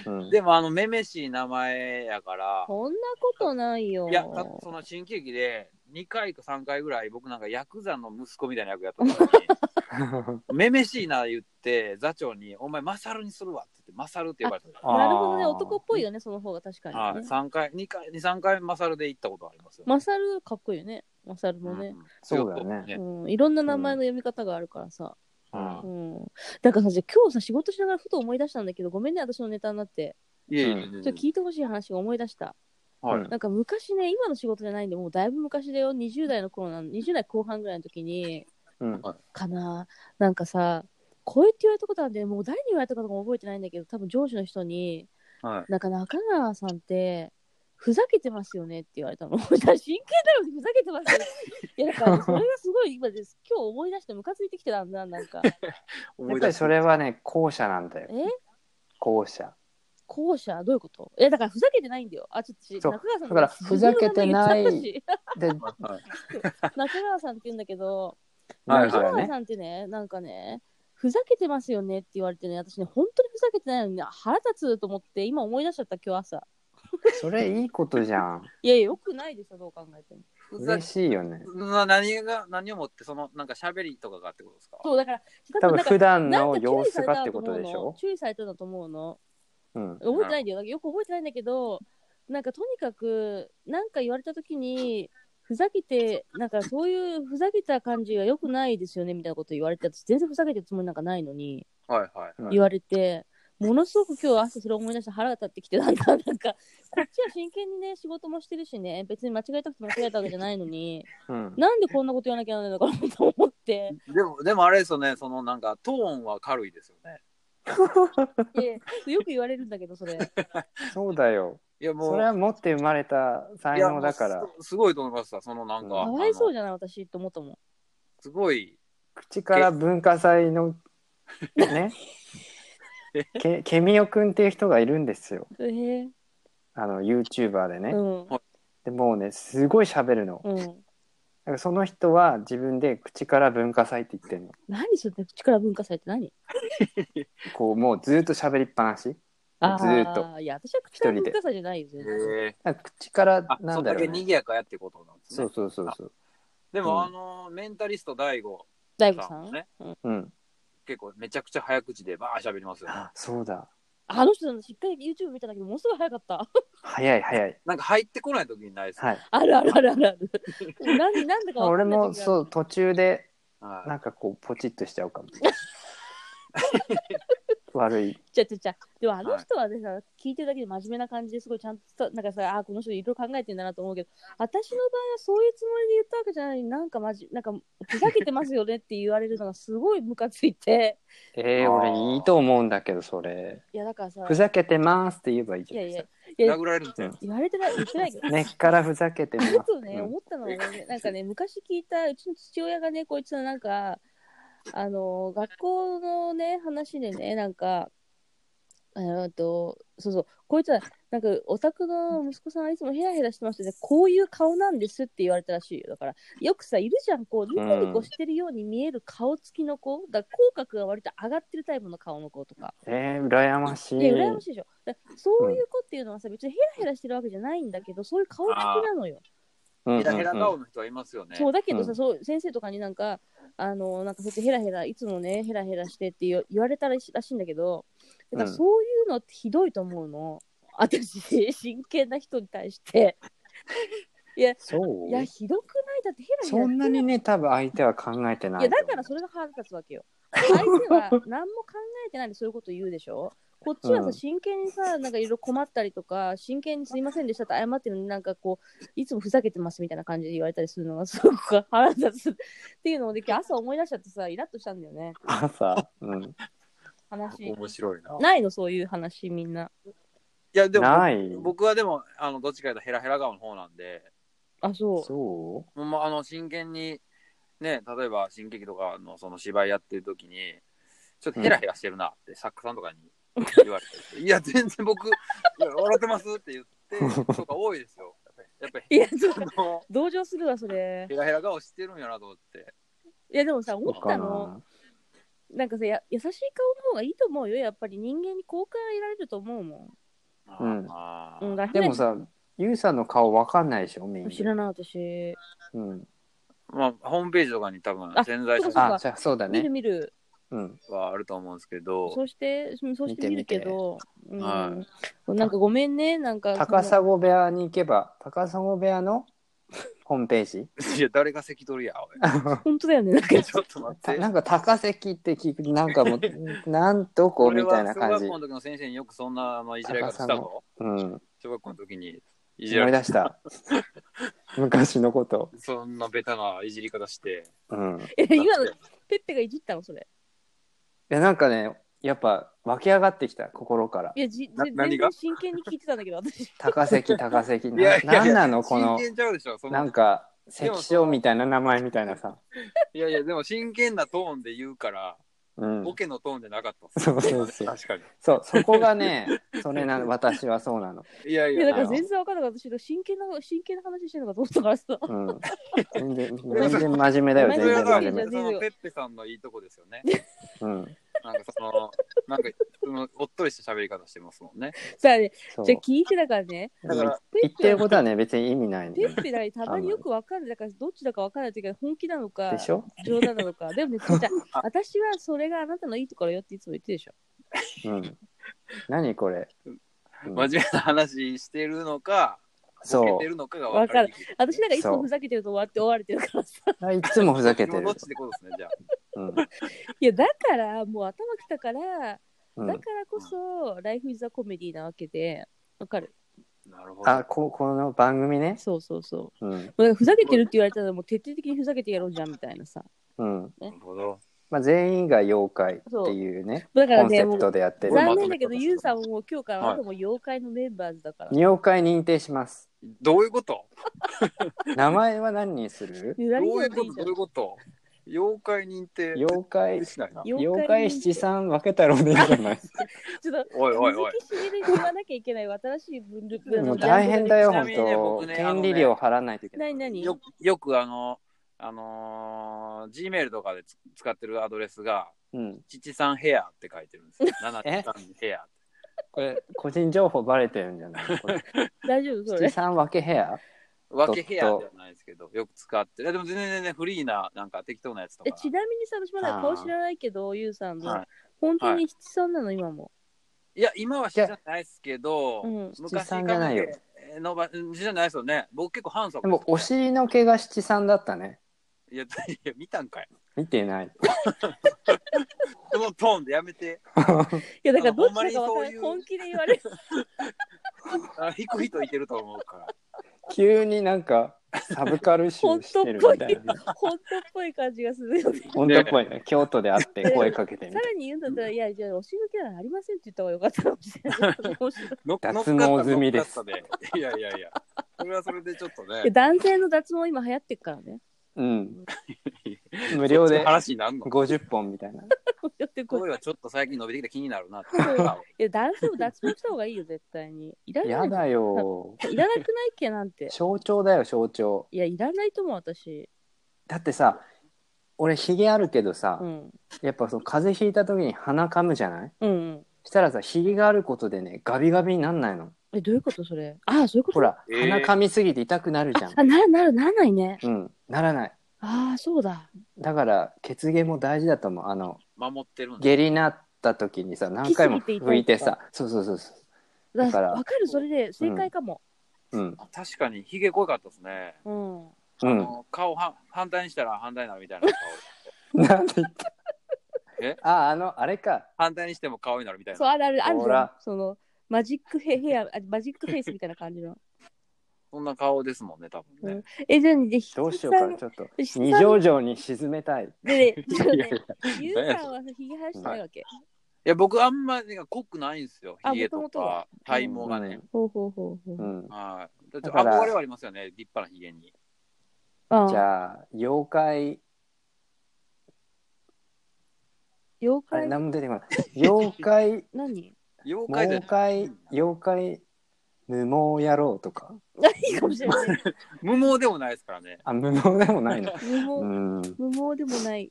うん でもあのめめしい名前やからそんなことないよ。いやたその新喜劇で2回か3回ぐらい僕なんかヤクザの息子みたいな役やったのにめめしいな言って座長に「お前マサルにするわ」って言って「マサル」って呼ばれたあなるほどね、男っぽいよね、その方が確かはい、に、ね。 3回2回23回マサルで行ったことありますよ、マサルかっこいいよね、マサルうもんね。そうだよねうん、いろんな名前の読み方があるからさ。うんう。ん。だからさ、今日さ、仕事しながらふと思い出したんだけど、ごめんね、私のネタになって。いえいえ、うんちょっとちょっと聞いてほしい話が思い出した。はいうんなんか昔ね、今の仕事じゃないんで、もうだいぶ昔だよ、20代の頃なの、20代後半ぐらいの時に、うんかな、なんかさ、こうやって言われたことあるんで、もう誰に言われたかとかも覚えてないんだけど、多分上司の人に、はいなんか中川さんって、ふざけてますよねって言われたの。 真剣だろ、ふざけてますよね。い や、だから、それがすごい今です、今日思い出して、ムカついてきてたんだ、なんか。やっぱりそれはね、後者なんだよえ。後者。後者どういうこといや、だから、ふざけてないんだよ。あ、ちょっと、そう中川さんだからふざけてない自分の名前言っちゃったしで、は い中川さんって言うんだけど、はい中は川いね。さんってね、なんかね、ふざけてますよねって言われてね、私ね、本当にふざけてないのに、腹立つと思って、今思い出しちゃった、今日朝。それいいことじゃん。いやいや、よくないですよ、どう考えても。ふざ嬉しいよね。な何が何をもってそのなんか喋りとかがってことですかそう、だから、多分なんか普段なんのか様注意さ子れがたってとこ思とうでしのょ。注意されたんだと思うの。うん。覚えてないんだよ。なんかよく覚えてないんだけど、なんかとにかく、なんか言われたときに、ふざけて、なんかそういうふざけた感じがよくないですよねみたいなこと言われて、私全然ふざけてるつもりなんかないのに。はいはいうん言われて、ものすごく今日朝それ思い出して腹が立ってきて、なんか、 なんか、こっちは真剣にね、仕事もしてるしね、別に間違えたくて間違えたわけじゃないのに、うん。なんでこんなこと言わなきゃならないのかなと思って、 でもでもあれですよねそのなんかトーンは軽いですよねでよく言われるんだけど、 それ。そうだよ。いやもうそれは持って生まれた才能だかいやらもう、すすごいと思いますそのなんか、かわいそうあのじゃない、私って思ったもん。すごい口から文化祭 の、ね。け、ケミオくんっていう人がいるんですよ。えー、あの、YouTuber でねう。ん。でもうね、すごい喋るの。うん。だからその人は自分で口から文化祭って言ってんの。何それ、口から文化祭って何こうもうずっと喋りっぱなしあずーっとあ、いや、私は口から文化祭じゃないよ、全然。えなんか口からあなそんんだだろけう、賑ね、やかやってことなんですそねうそうそうそうでうも、んあのメンタリスト大悟大悟ささんもんねうん結構めちゃくちゃ早口でバー喋りますよねあそうだあの人のしっかり YouTube 見たんだけど、ものすごい早かった。 早い早いなんか入ってこない時にないですか、はいあるあるあるあるあ る。何、なんだか俺もう。そう途中ではいなんかこうポチッとしちゃうか も悪いちゃちゃちゃ。でもあの人はね、さ聞いてるだけで真面目な感じですごいちゃんとさ、なんかさ、あーこの人いろいろ考えてんだなと思うけど、私の場合はそういうつもりで言ったわけじゃないのに、なんかまじ、なんかふざけてますよねって言われるのがすごいムカついて、えー、あー俺いいと思うんだけどそれいやだからさ、ふざけてますって言えばいいいじゃやないいですやか、殴られるんですよ、言われてない、言ってないけど。根っからふざけてますちょっとね、うん思ったのはね、なんかね、昔聞いた、うちの父親がね、こいつのなんか、あの、学校のね、話でね、なんか、えーっと、そうそう、こいつは、なんか、お宅の息子さんはいつもヘラヘラしてましたね、こういう顔なんですって言われたらしいよ。だから、よくさ、いるじゃん、こう、ニコニコしてるように見える顔つきの子、だから、口角が割と上がってるタイプの顔の子とか。えー、羨ましい。で、羨ましいでしょ。だからそういう子っていうのはさ、別にヘラヘラしてるわけじゃないんだけど、そういう顔つきなのよ。うんうんうんヘラヘラ顔の人はいますよね。そうだけどさ、うんそう先生とかになんか、あのなんかそうやってヘラヘラ、いつもね、ヘラヘラしてって言わ言われたらしらしいんだけど、だからうんそういうのってひどいと思うの、私、真剣な人に対して。そういや、ひどくないだってヘラヘラそんなにね、多分相手は考えてないい。や、だからそれが腹立つわけよ。相手は何も考えてないでそういうこと言うでし ょこっちはうさ、ん真剣にさ、なんかいろいろ困ったりとか、真剣にすいませんでしたって謝ってるのに、なんかこう、いつもふざけてますみたいな感じで言われたりするのが、すごく腹立つっていうのをで、今日朝思い出しちゃってさ、イラッとしたんだよね。朝、うん、話。面白いな。ないの、そういう話、みんな。いや、でもな僕、い。僕はでも、あの、どっちかというとヘラヘラ顔の方なんで、あ、そう。そもうまああの、真剣に、ね、例えば、新劇とかのその芝居やってる時に、ちょっとヘラヘラしてるなって、作家さんとかに言われ て、いや、全然僕、いや笑ってますって言って、とか多いですよ。やっ ぱり、いや、ちょっと、あの同情するわ、それ。ヘラヘラ顔してるんやなと思って。いや、でもさ、う。思ったの。なんかさや優しい顔の方がいいと思うよやっぱり人間に好感得られると思うもうんあん、うん、ーだでもさ、ゆうさんの顔わかんないでしょ、みんな。知らない私、うん、まあ、ホームページとかに多分あ潜在写そうあかじゃあそうだ見るね。見るうん、はあると思うんですけど、そうしてうんそうして見るけどはうん、なんかごめんねなんか高その砂部屋に行けば、高砂部屋 のホームページいや、誰が関取や、おい本当だよねなん かちょっと待ってた。なんか高関って聞く、なん かもう、なんどこみたいな感俺は小じ学。校の時の先生によくそんなあのいじられ方したぞ。うん、小学校の時にいじら思いれ出した。 昔のこと。そんなベタないじり方して。うん。いえ今のペッペがいじったのそれや、なんかね、やっぱ湧き上がってきた、心からい。やじな全何然が真剣に聞いてたんだけど私高 関、高関、いやないやいやなんなの、こ真の。剣ちゃうでしょそなのんか関所みたいな名前みたいなさ。いやいや、でも真剣なトーンで言うから、うんボ、ケのトーンじゃなかったっすそうそうそう確かに。そうそこが ねそれな私はそうなの、いやいいや、やだからあの全然分からなかった私真剣な真剣な話してるのかと思ったからさ うん、全然全然真面目だよごめん全それ然はだ真か面目全ら、そ然のペッペさんのいいとこですよね。うんなんかその、なんか、そのおっとりした喋り方してますもんね。さあねそうじゃあ聞いてだからねだから、言ってることはね別に意味ないの ペねッペだにたまによく分かんないだからどっちだか分かんない時は本気なのかでしょ、冗談なのか。 でもね、ちっちゃい私はそれがあなたのいいところよっていつも言ってるでしょ。うん、何これ、うん真面目な話してるのか、ボそケてるのかが分かる。私なんかいつそうもふざけてると終わって終われてるからさ。ういつもふざけてでもどるっ、ちってことですね、じゃあ。うんいや、だからもう頭きたから、うだんか、らこそ、ライフイズ・ア・コメディなわけで、わかるなるほど。あここの番組ね、そうそうそう。もうんうなんかふざけてるって言われたら、もう徹底的にふざけてやろうじゃんみたいなさ。うんなるほど。まあ、全員が妖怪っていうねだかコらンセね、もプうトでやってる残念だけど、はいユウさんももう今日からあなたも妖怪のメンバーズだから。妖怪認定しますどういうこと名前は何にするゆどらうりいなうんてこいいとじゃんどういうこと妖怪認定妖怪しないな。妖怪七三分けたろうでいいんじ ゃないちょっとおいおいおい。水木しげるに言わなきゃいけない新しい分類分類もう大変だよちな本みにね当、僕ね権利料払わないといけない何何よよくあの、あのー、Gmail とかでつ使ってるアドレスが、うん父さんヘアって書いてるんですよ。七えさんヘア。これ個人情報バレてるんじゃないこれ大丈夫そ七れ。三分け部屋分けヘアではないですけど、よく使ってる。いやでも全然全然フリーな、なんか適当なやつとえか。ちなみにさ、私まだ顔知らないけど、ゆうさんの、はい本当に七三なの、今も。いや、今は七三じゃないですけど、うん昔七三じゃないよえーのば、うんじゃないですよね。僕結構反則でですもお尻の毛が七三だったねいや、いや見たんかい。見てないこのトーンでやめて。いや、だからあのどっちだかわかほんまらにそうない。いう本気で言われる。あ引く人いてると思う から。急になんかサブカル集してるみたいな本当っぽい感じがするよ ね。本当っぽいね京都で会って声かけてみさたらに言うんだったら、いや、じゃあ、お尻の毛はありませんって言った方がよかったかもしれない。面白い の脱毛済みです乗っかったでいやいやいや、それはそれでちょっといやね、男性の脱毛今流行ってるからね。 うん無料そっちので話になんの50本みたいなってこ声う。はちょっと最近伸びてきて気になるなって思った。いや、男性も脱毛した方がいいよ、絶対に。いらなやい。だよ。いらなくないっけなん て。象徴だよ、象徴。いや、いらないと思う、私。だってさ、俺ヒゲあるけどさ、うん。やっぱその風邪ひいた時に鼻かむじゃないうん、うん。したらさ、ヒゲがあることでね、ガビガビになんないの。え、どういうことそれ。ああ、そういうことほら、えー鼻かみすぎて痛くなるじゃん。あ、なる、なる、ならないね。うん、ならない。ああ、そうだ。だから、血芸も大事だと思う。あの、守ってるんだ。下痢になった時にさ、何回も引きすぎて拭い痛ていさ、そうそうそうそだだか、かららわかる、それで正解かも。う。うん、あ確かに、ヒゲ濃かったですね。うん。うあん。の顔は反対にしたら反対になるみたいな 顔。なんで言ったえあ、あの、あれか。反対にしても顔になるみたいそう、な。あるある、あるじほゃんら。その、マジックヘヘア、あマジックフェイスみたいな感じの。そんな顔ですもんね、多分ね。え、じゃあね、で、ひどうしようさんか、ちょっと。ひさん二条城に沈めたい。で ね、ちょっといやねい、ゆうさんはひげ生やしてないわけ。いや、僕あんまり濃くないんですよ。あヒゲと元々はか、体毛がね。ほうほうほううほう。ん。はい。だってだから憧れはありますよね、立派なヒゲに。あじあ、ゃあ、妖怪、妖あれ、怪、何も出てこない。妖怪、何 妖怪妖で、怪、妖怪、無毛野郎とか。何かもしれない。無毛でもないですからね。あ、無毛でもない の。う無毛、ん。無毛でもない。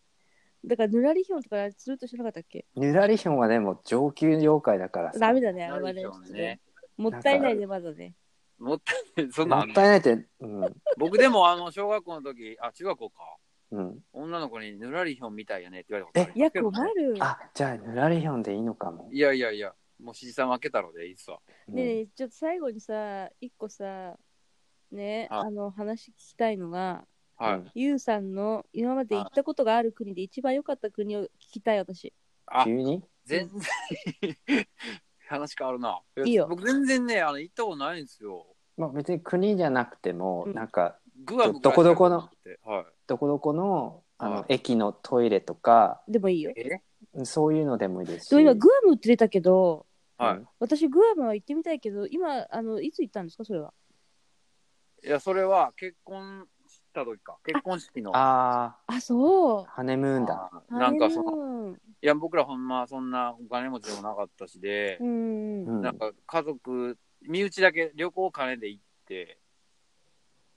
だから、ぬらりひょんとかずっとしてなかったっけぬらりひょんはでも上級妖怪だからさ。ダメだね、あなれはるねでしょ。うね。もったいないね、まだね。もったいない、そんなもんあっんのたいないって、うん。僕でも、あの、小学校の時、あ、中学校か。うん。女の子にぬらりひょんみたいやねって言われたことあいりまや、すけど困ねる。あ、じゃあ、ぬらりひょんでいいのかも。いやいやいや、もう、しじさん負けたろでいいっすわ。うんねえちょっと最後にさ、一個さ、ね、ああの話聞きたいのが、はい。うんゆうさんの今まで行ったことがある国で一番良かった国を聞きたい、私。あ、急に全然 話変わるな。いいよ僕全然ね、あの行ったことないんですよ。まあ別に国じゃなくても、うんなんか、グアムどこどこのぐらいしか行ったことなくどこどこの、あはのい、駅のトイレとか、でもいいよ。てはい。そういうのでもいいですし。でも今、グアムって出たけど、えは私、グアムは行ってみたいけど、今、あのいつ行ったんですか、それは。い。いや、それは結婚した時か。結婚式の。ああ、そうあ、。ハネムーンだ。あーなんかそあれの、うんいや、僕らほんまそんなお金持ちでもなかったしでう、んう。んなんか家族、身内だけ旅行金で行って、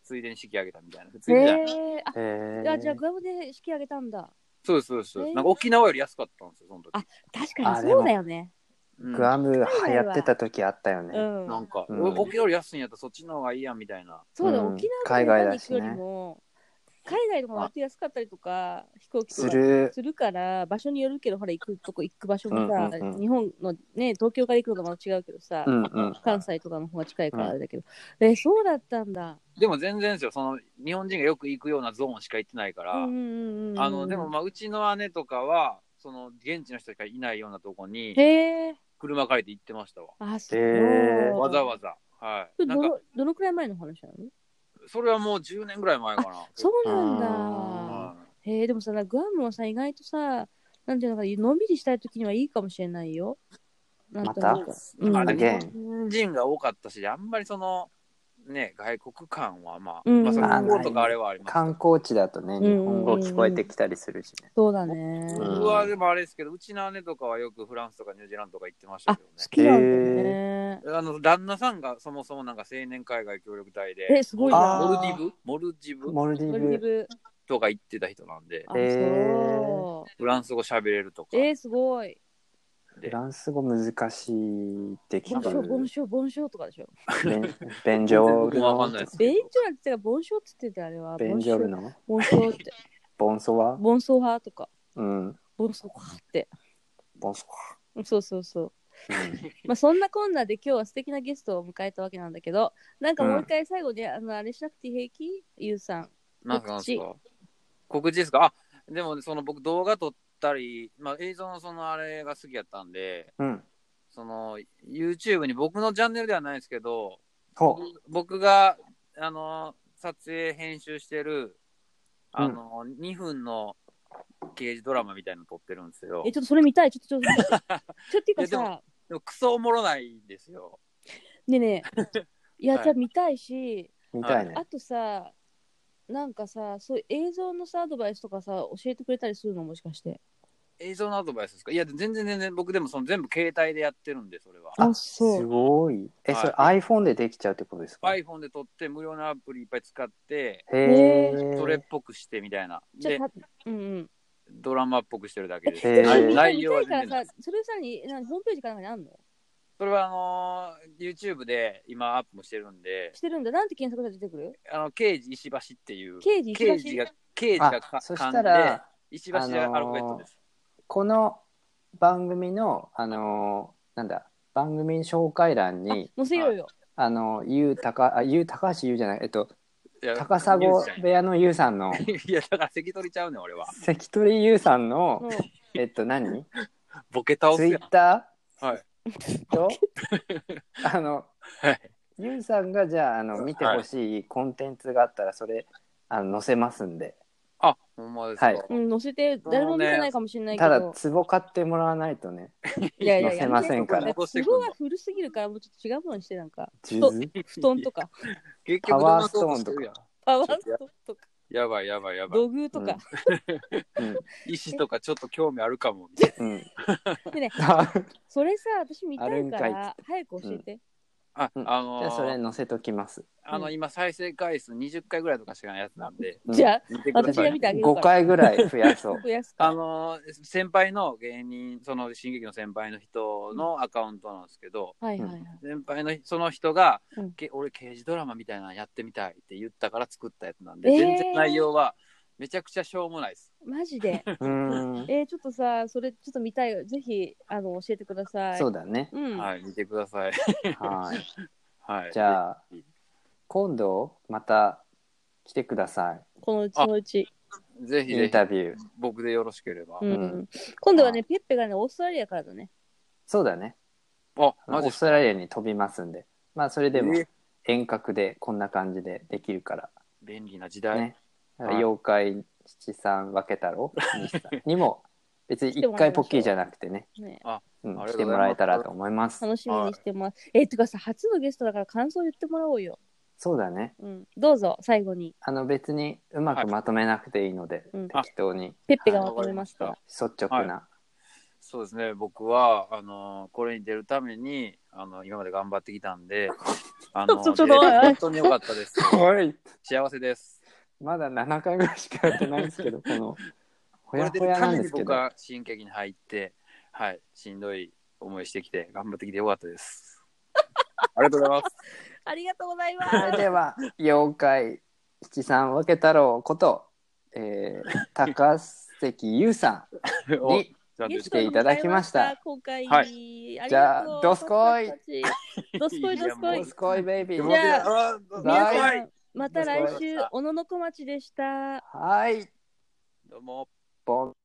ついでに式挙げたみたいな。ついへでじゃないえ。あへーあ、じゃあ、グアムで式挙げたんだ。そうです、そうです。へーなんか沖縄より安かったんですよ、その時。あ確あかにでもそうだよね。うんグアム流行ってた時あったようね。ん。なんか、うん俺沖縄より安いんやったらそっちの方がいいやんみたいな。そうだ、うん沖縄海とかに外だ行しくねよりも、海外でも割と安かったりとか、飛行機とすかる。するから、場所によるけど、ほら、行くとこ行く場所もさ、うんうんうん日本のね、東京から行くのとまた違うけどさ、うんうん。関西とかの方が近いからあれだけど、え、そうだったんだ。でも全然ですよ、その日本人がよく行くようなゾーンしか行ってないかうら、んうんうん。あのでも、まあうちの姉とかは、その現地の人しかいないようなとこにへえ、車借りて行ってましたわ、あ、そう。へーわざわざ。はそい、れなどんかのどのくらい前の話なのそれはもう10年ぐらい前かな。そうなんだ。あへえ、でもさ、グアムはさ、意外とさ、なんていうのかな、のんびりしたいときにはいいかもしれないよ。なんとなくまううんん、あれ Again 日本人が多かったし、あんまりその、ね、外国感はまあ、うんまあ、そまあのとかあれはあります。観光地だとね、日本語聞こえてきたりするしね。そうだね。うん僕はでもあれですけど、うちの姉とかはよくフランスとかニュージーランドとか行ってましたあ、け好きなどね。んだね。あの旦那さんがそもそもなんか青年海外協力隊で、え、すごいな。あモールディブモルディブモルディモルディブ。ブ。とか行ってた人なんで、あ、へーそフランス語喋れるとかう。。えー、すごい。フランス語難しいってボ聞ンショー、ボンく。ショー、ボンショーとかでしょ。ベ ンベンジョル僕もわかんないノで。すけベどンチュラって言ってたらボンショーって言ってたよあれは。ベンジョルの。ノ。ボンショーって。ボンソワ。ボンソー派とか。うん。ボンソー派って。ボンソそうそうそう。ワ。まあそんなこんなで今日は素敵なゲストを迎えたわけなんだけど、なんかもう一回最後に、あの、あれしなくて平気ゆうさん。なんかなんですか告知ですかあでもねその僕動画撮ったり、まあ、映像のそのあれが好きやったんで、うん。うん。その YouTube に僕のチャンネルではないですけど、ほう。僕があの撮影編集してるあの、2分の刑事ドラマみたいなの撮ってるんですよえ、。ちょっとそれ見たい。ちょっとちょっと。ち ょっとっていうかいやでさ、でもクソおもろないんですよ。ねえね え。いや、はいじゃあ見たいし、みたいねあ。とさ、なんかさ、そういう映像のさ、アドバイスとかさ、教えてくれたりするのもしかして。映像のアドバイスですかいや、全然全然、僕でもその全部携帯でやってるんで、それは。あ、そすう。ごい。え、それ iPhone でできちゃうってことですか、 iPhone で撮って、無料のアプリいっぱい使って、へえ。それっぽくしてみたいな。じゃであ、、たうんうん。ドラマっぽくしてるだけでへす。ー内内見容はたい全然かならいさ、それさらに、何ホームページかなんかにあんのそれはあのー YouTube で今アップもしてるんでし、てるんだ。なんて検索したら出てくるあの、刑事石橋っていう、刑事刑事が、刑事がかあ、そした勘で、ら、石橋がアルファベットです。この番組の、あのーなんだ、番組紹介欄に、載せようよ。あの、ゆうたか、あ、ゆう、高橋ゆうじゃない、えっと、いや高砂ニュースじゃん部屋のゆうさんの、 いや、だから関取ちゃうねん、俺は。関取ゆうさんうのん、えっと何、ボケ倒ツすイやんッ。タはい。ーと、あの、はいゆうさんがじゃあ、あの、見てほしいコンテンツがあったら、それ、あの、載せますんで。あ、ほんまですか。はいうん、載せて、誰も見てないかもしれないけただ、ど。ツボ買ってもらわないとね、いやいやい載せや、ませんからだって都合が古すぎるから、もうちょっと違うものにして、なんか、数珠布団とか、結パ局ワーストーンとどんなことしてるかやん。パワーストーンとか、やばいやばいやばい。土偶とか。うん。石とかちょっと興味あるかも。みたいなうん。で ね、あそれさ、私見たいかあるんかいっら、早く教えて。あ、うんじあゃあ、のそれー、載せときます。あの、今再生回数20回ぐらいとかしかないやつなんで、うんじゃあ、見てくだ私さがい見。てあげるから5回ぐらい増 やそう。増やすかあのー、先輩の芸人、その進撃の先輩の人のアカウントなんですけど、はいはいはい。先輩のその人が、うんけ俺刑事ドラマみたいなのやってみたいって言ったから作ったやつなんで、えー全然内容はめちゃくちゃしょうもないです。マジで。うん。えー、ちょっとさ、それちょっと見たいよ。ぜひ、あの、教えてください。。そううだね。ん。はい、見てください。はい。はい。じゃあ、今度、また来てくださこのうちそのうち。ぜい。ひイぜンひタビュー。僕でよろしければ。うん。うん今度はね、ペッペがね、オーストラリアからだね。そうだね。あ、オーマジっスすトラリアに飛びますんで。まあ、それでもえ遠隔でこんな感じでできるか便利な時ら代。ね。だからはい妖怪七三分け太郎西 さんにも、別に一回ポッキーじゃなくてね、ねうんありがとうございます来てもらえたらと思います。楽しみにしてます。えー、てかさ、初のゲストだから感想言ってもらおうよ。そうだね。うん。どうぞ、最後に。あの、別にうまくまとめなくていいので、うん適当にペッペがまとめますかはら。率直な。そうですね、僕は、あのこれに出るために、あの今まで頑張ってきたんで、あ のちょっとおいおい本当に良かったです。はい。幸せです。まだ7回ぐらいしかやってないんです けど、この、ほこれや出ほるやたなんめでにすけ僕ど、は新劇に入って、はい、しんどい思いしてきて、頑張ってきてよかったです。 ありがとうございます。ありがとうございまそれでは、妖怪七三分け太郎こと、えー、高関優さんおに、ちゃゲんと言っスト来てにいただきました今回、はいいじゃあどすこい。どすこい、いどやすもこういボ。スコイベイビー。じゃあ、皆はさいん、また来週、小野小町でした。はい。どうも。ボン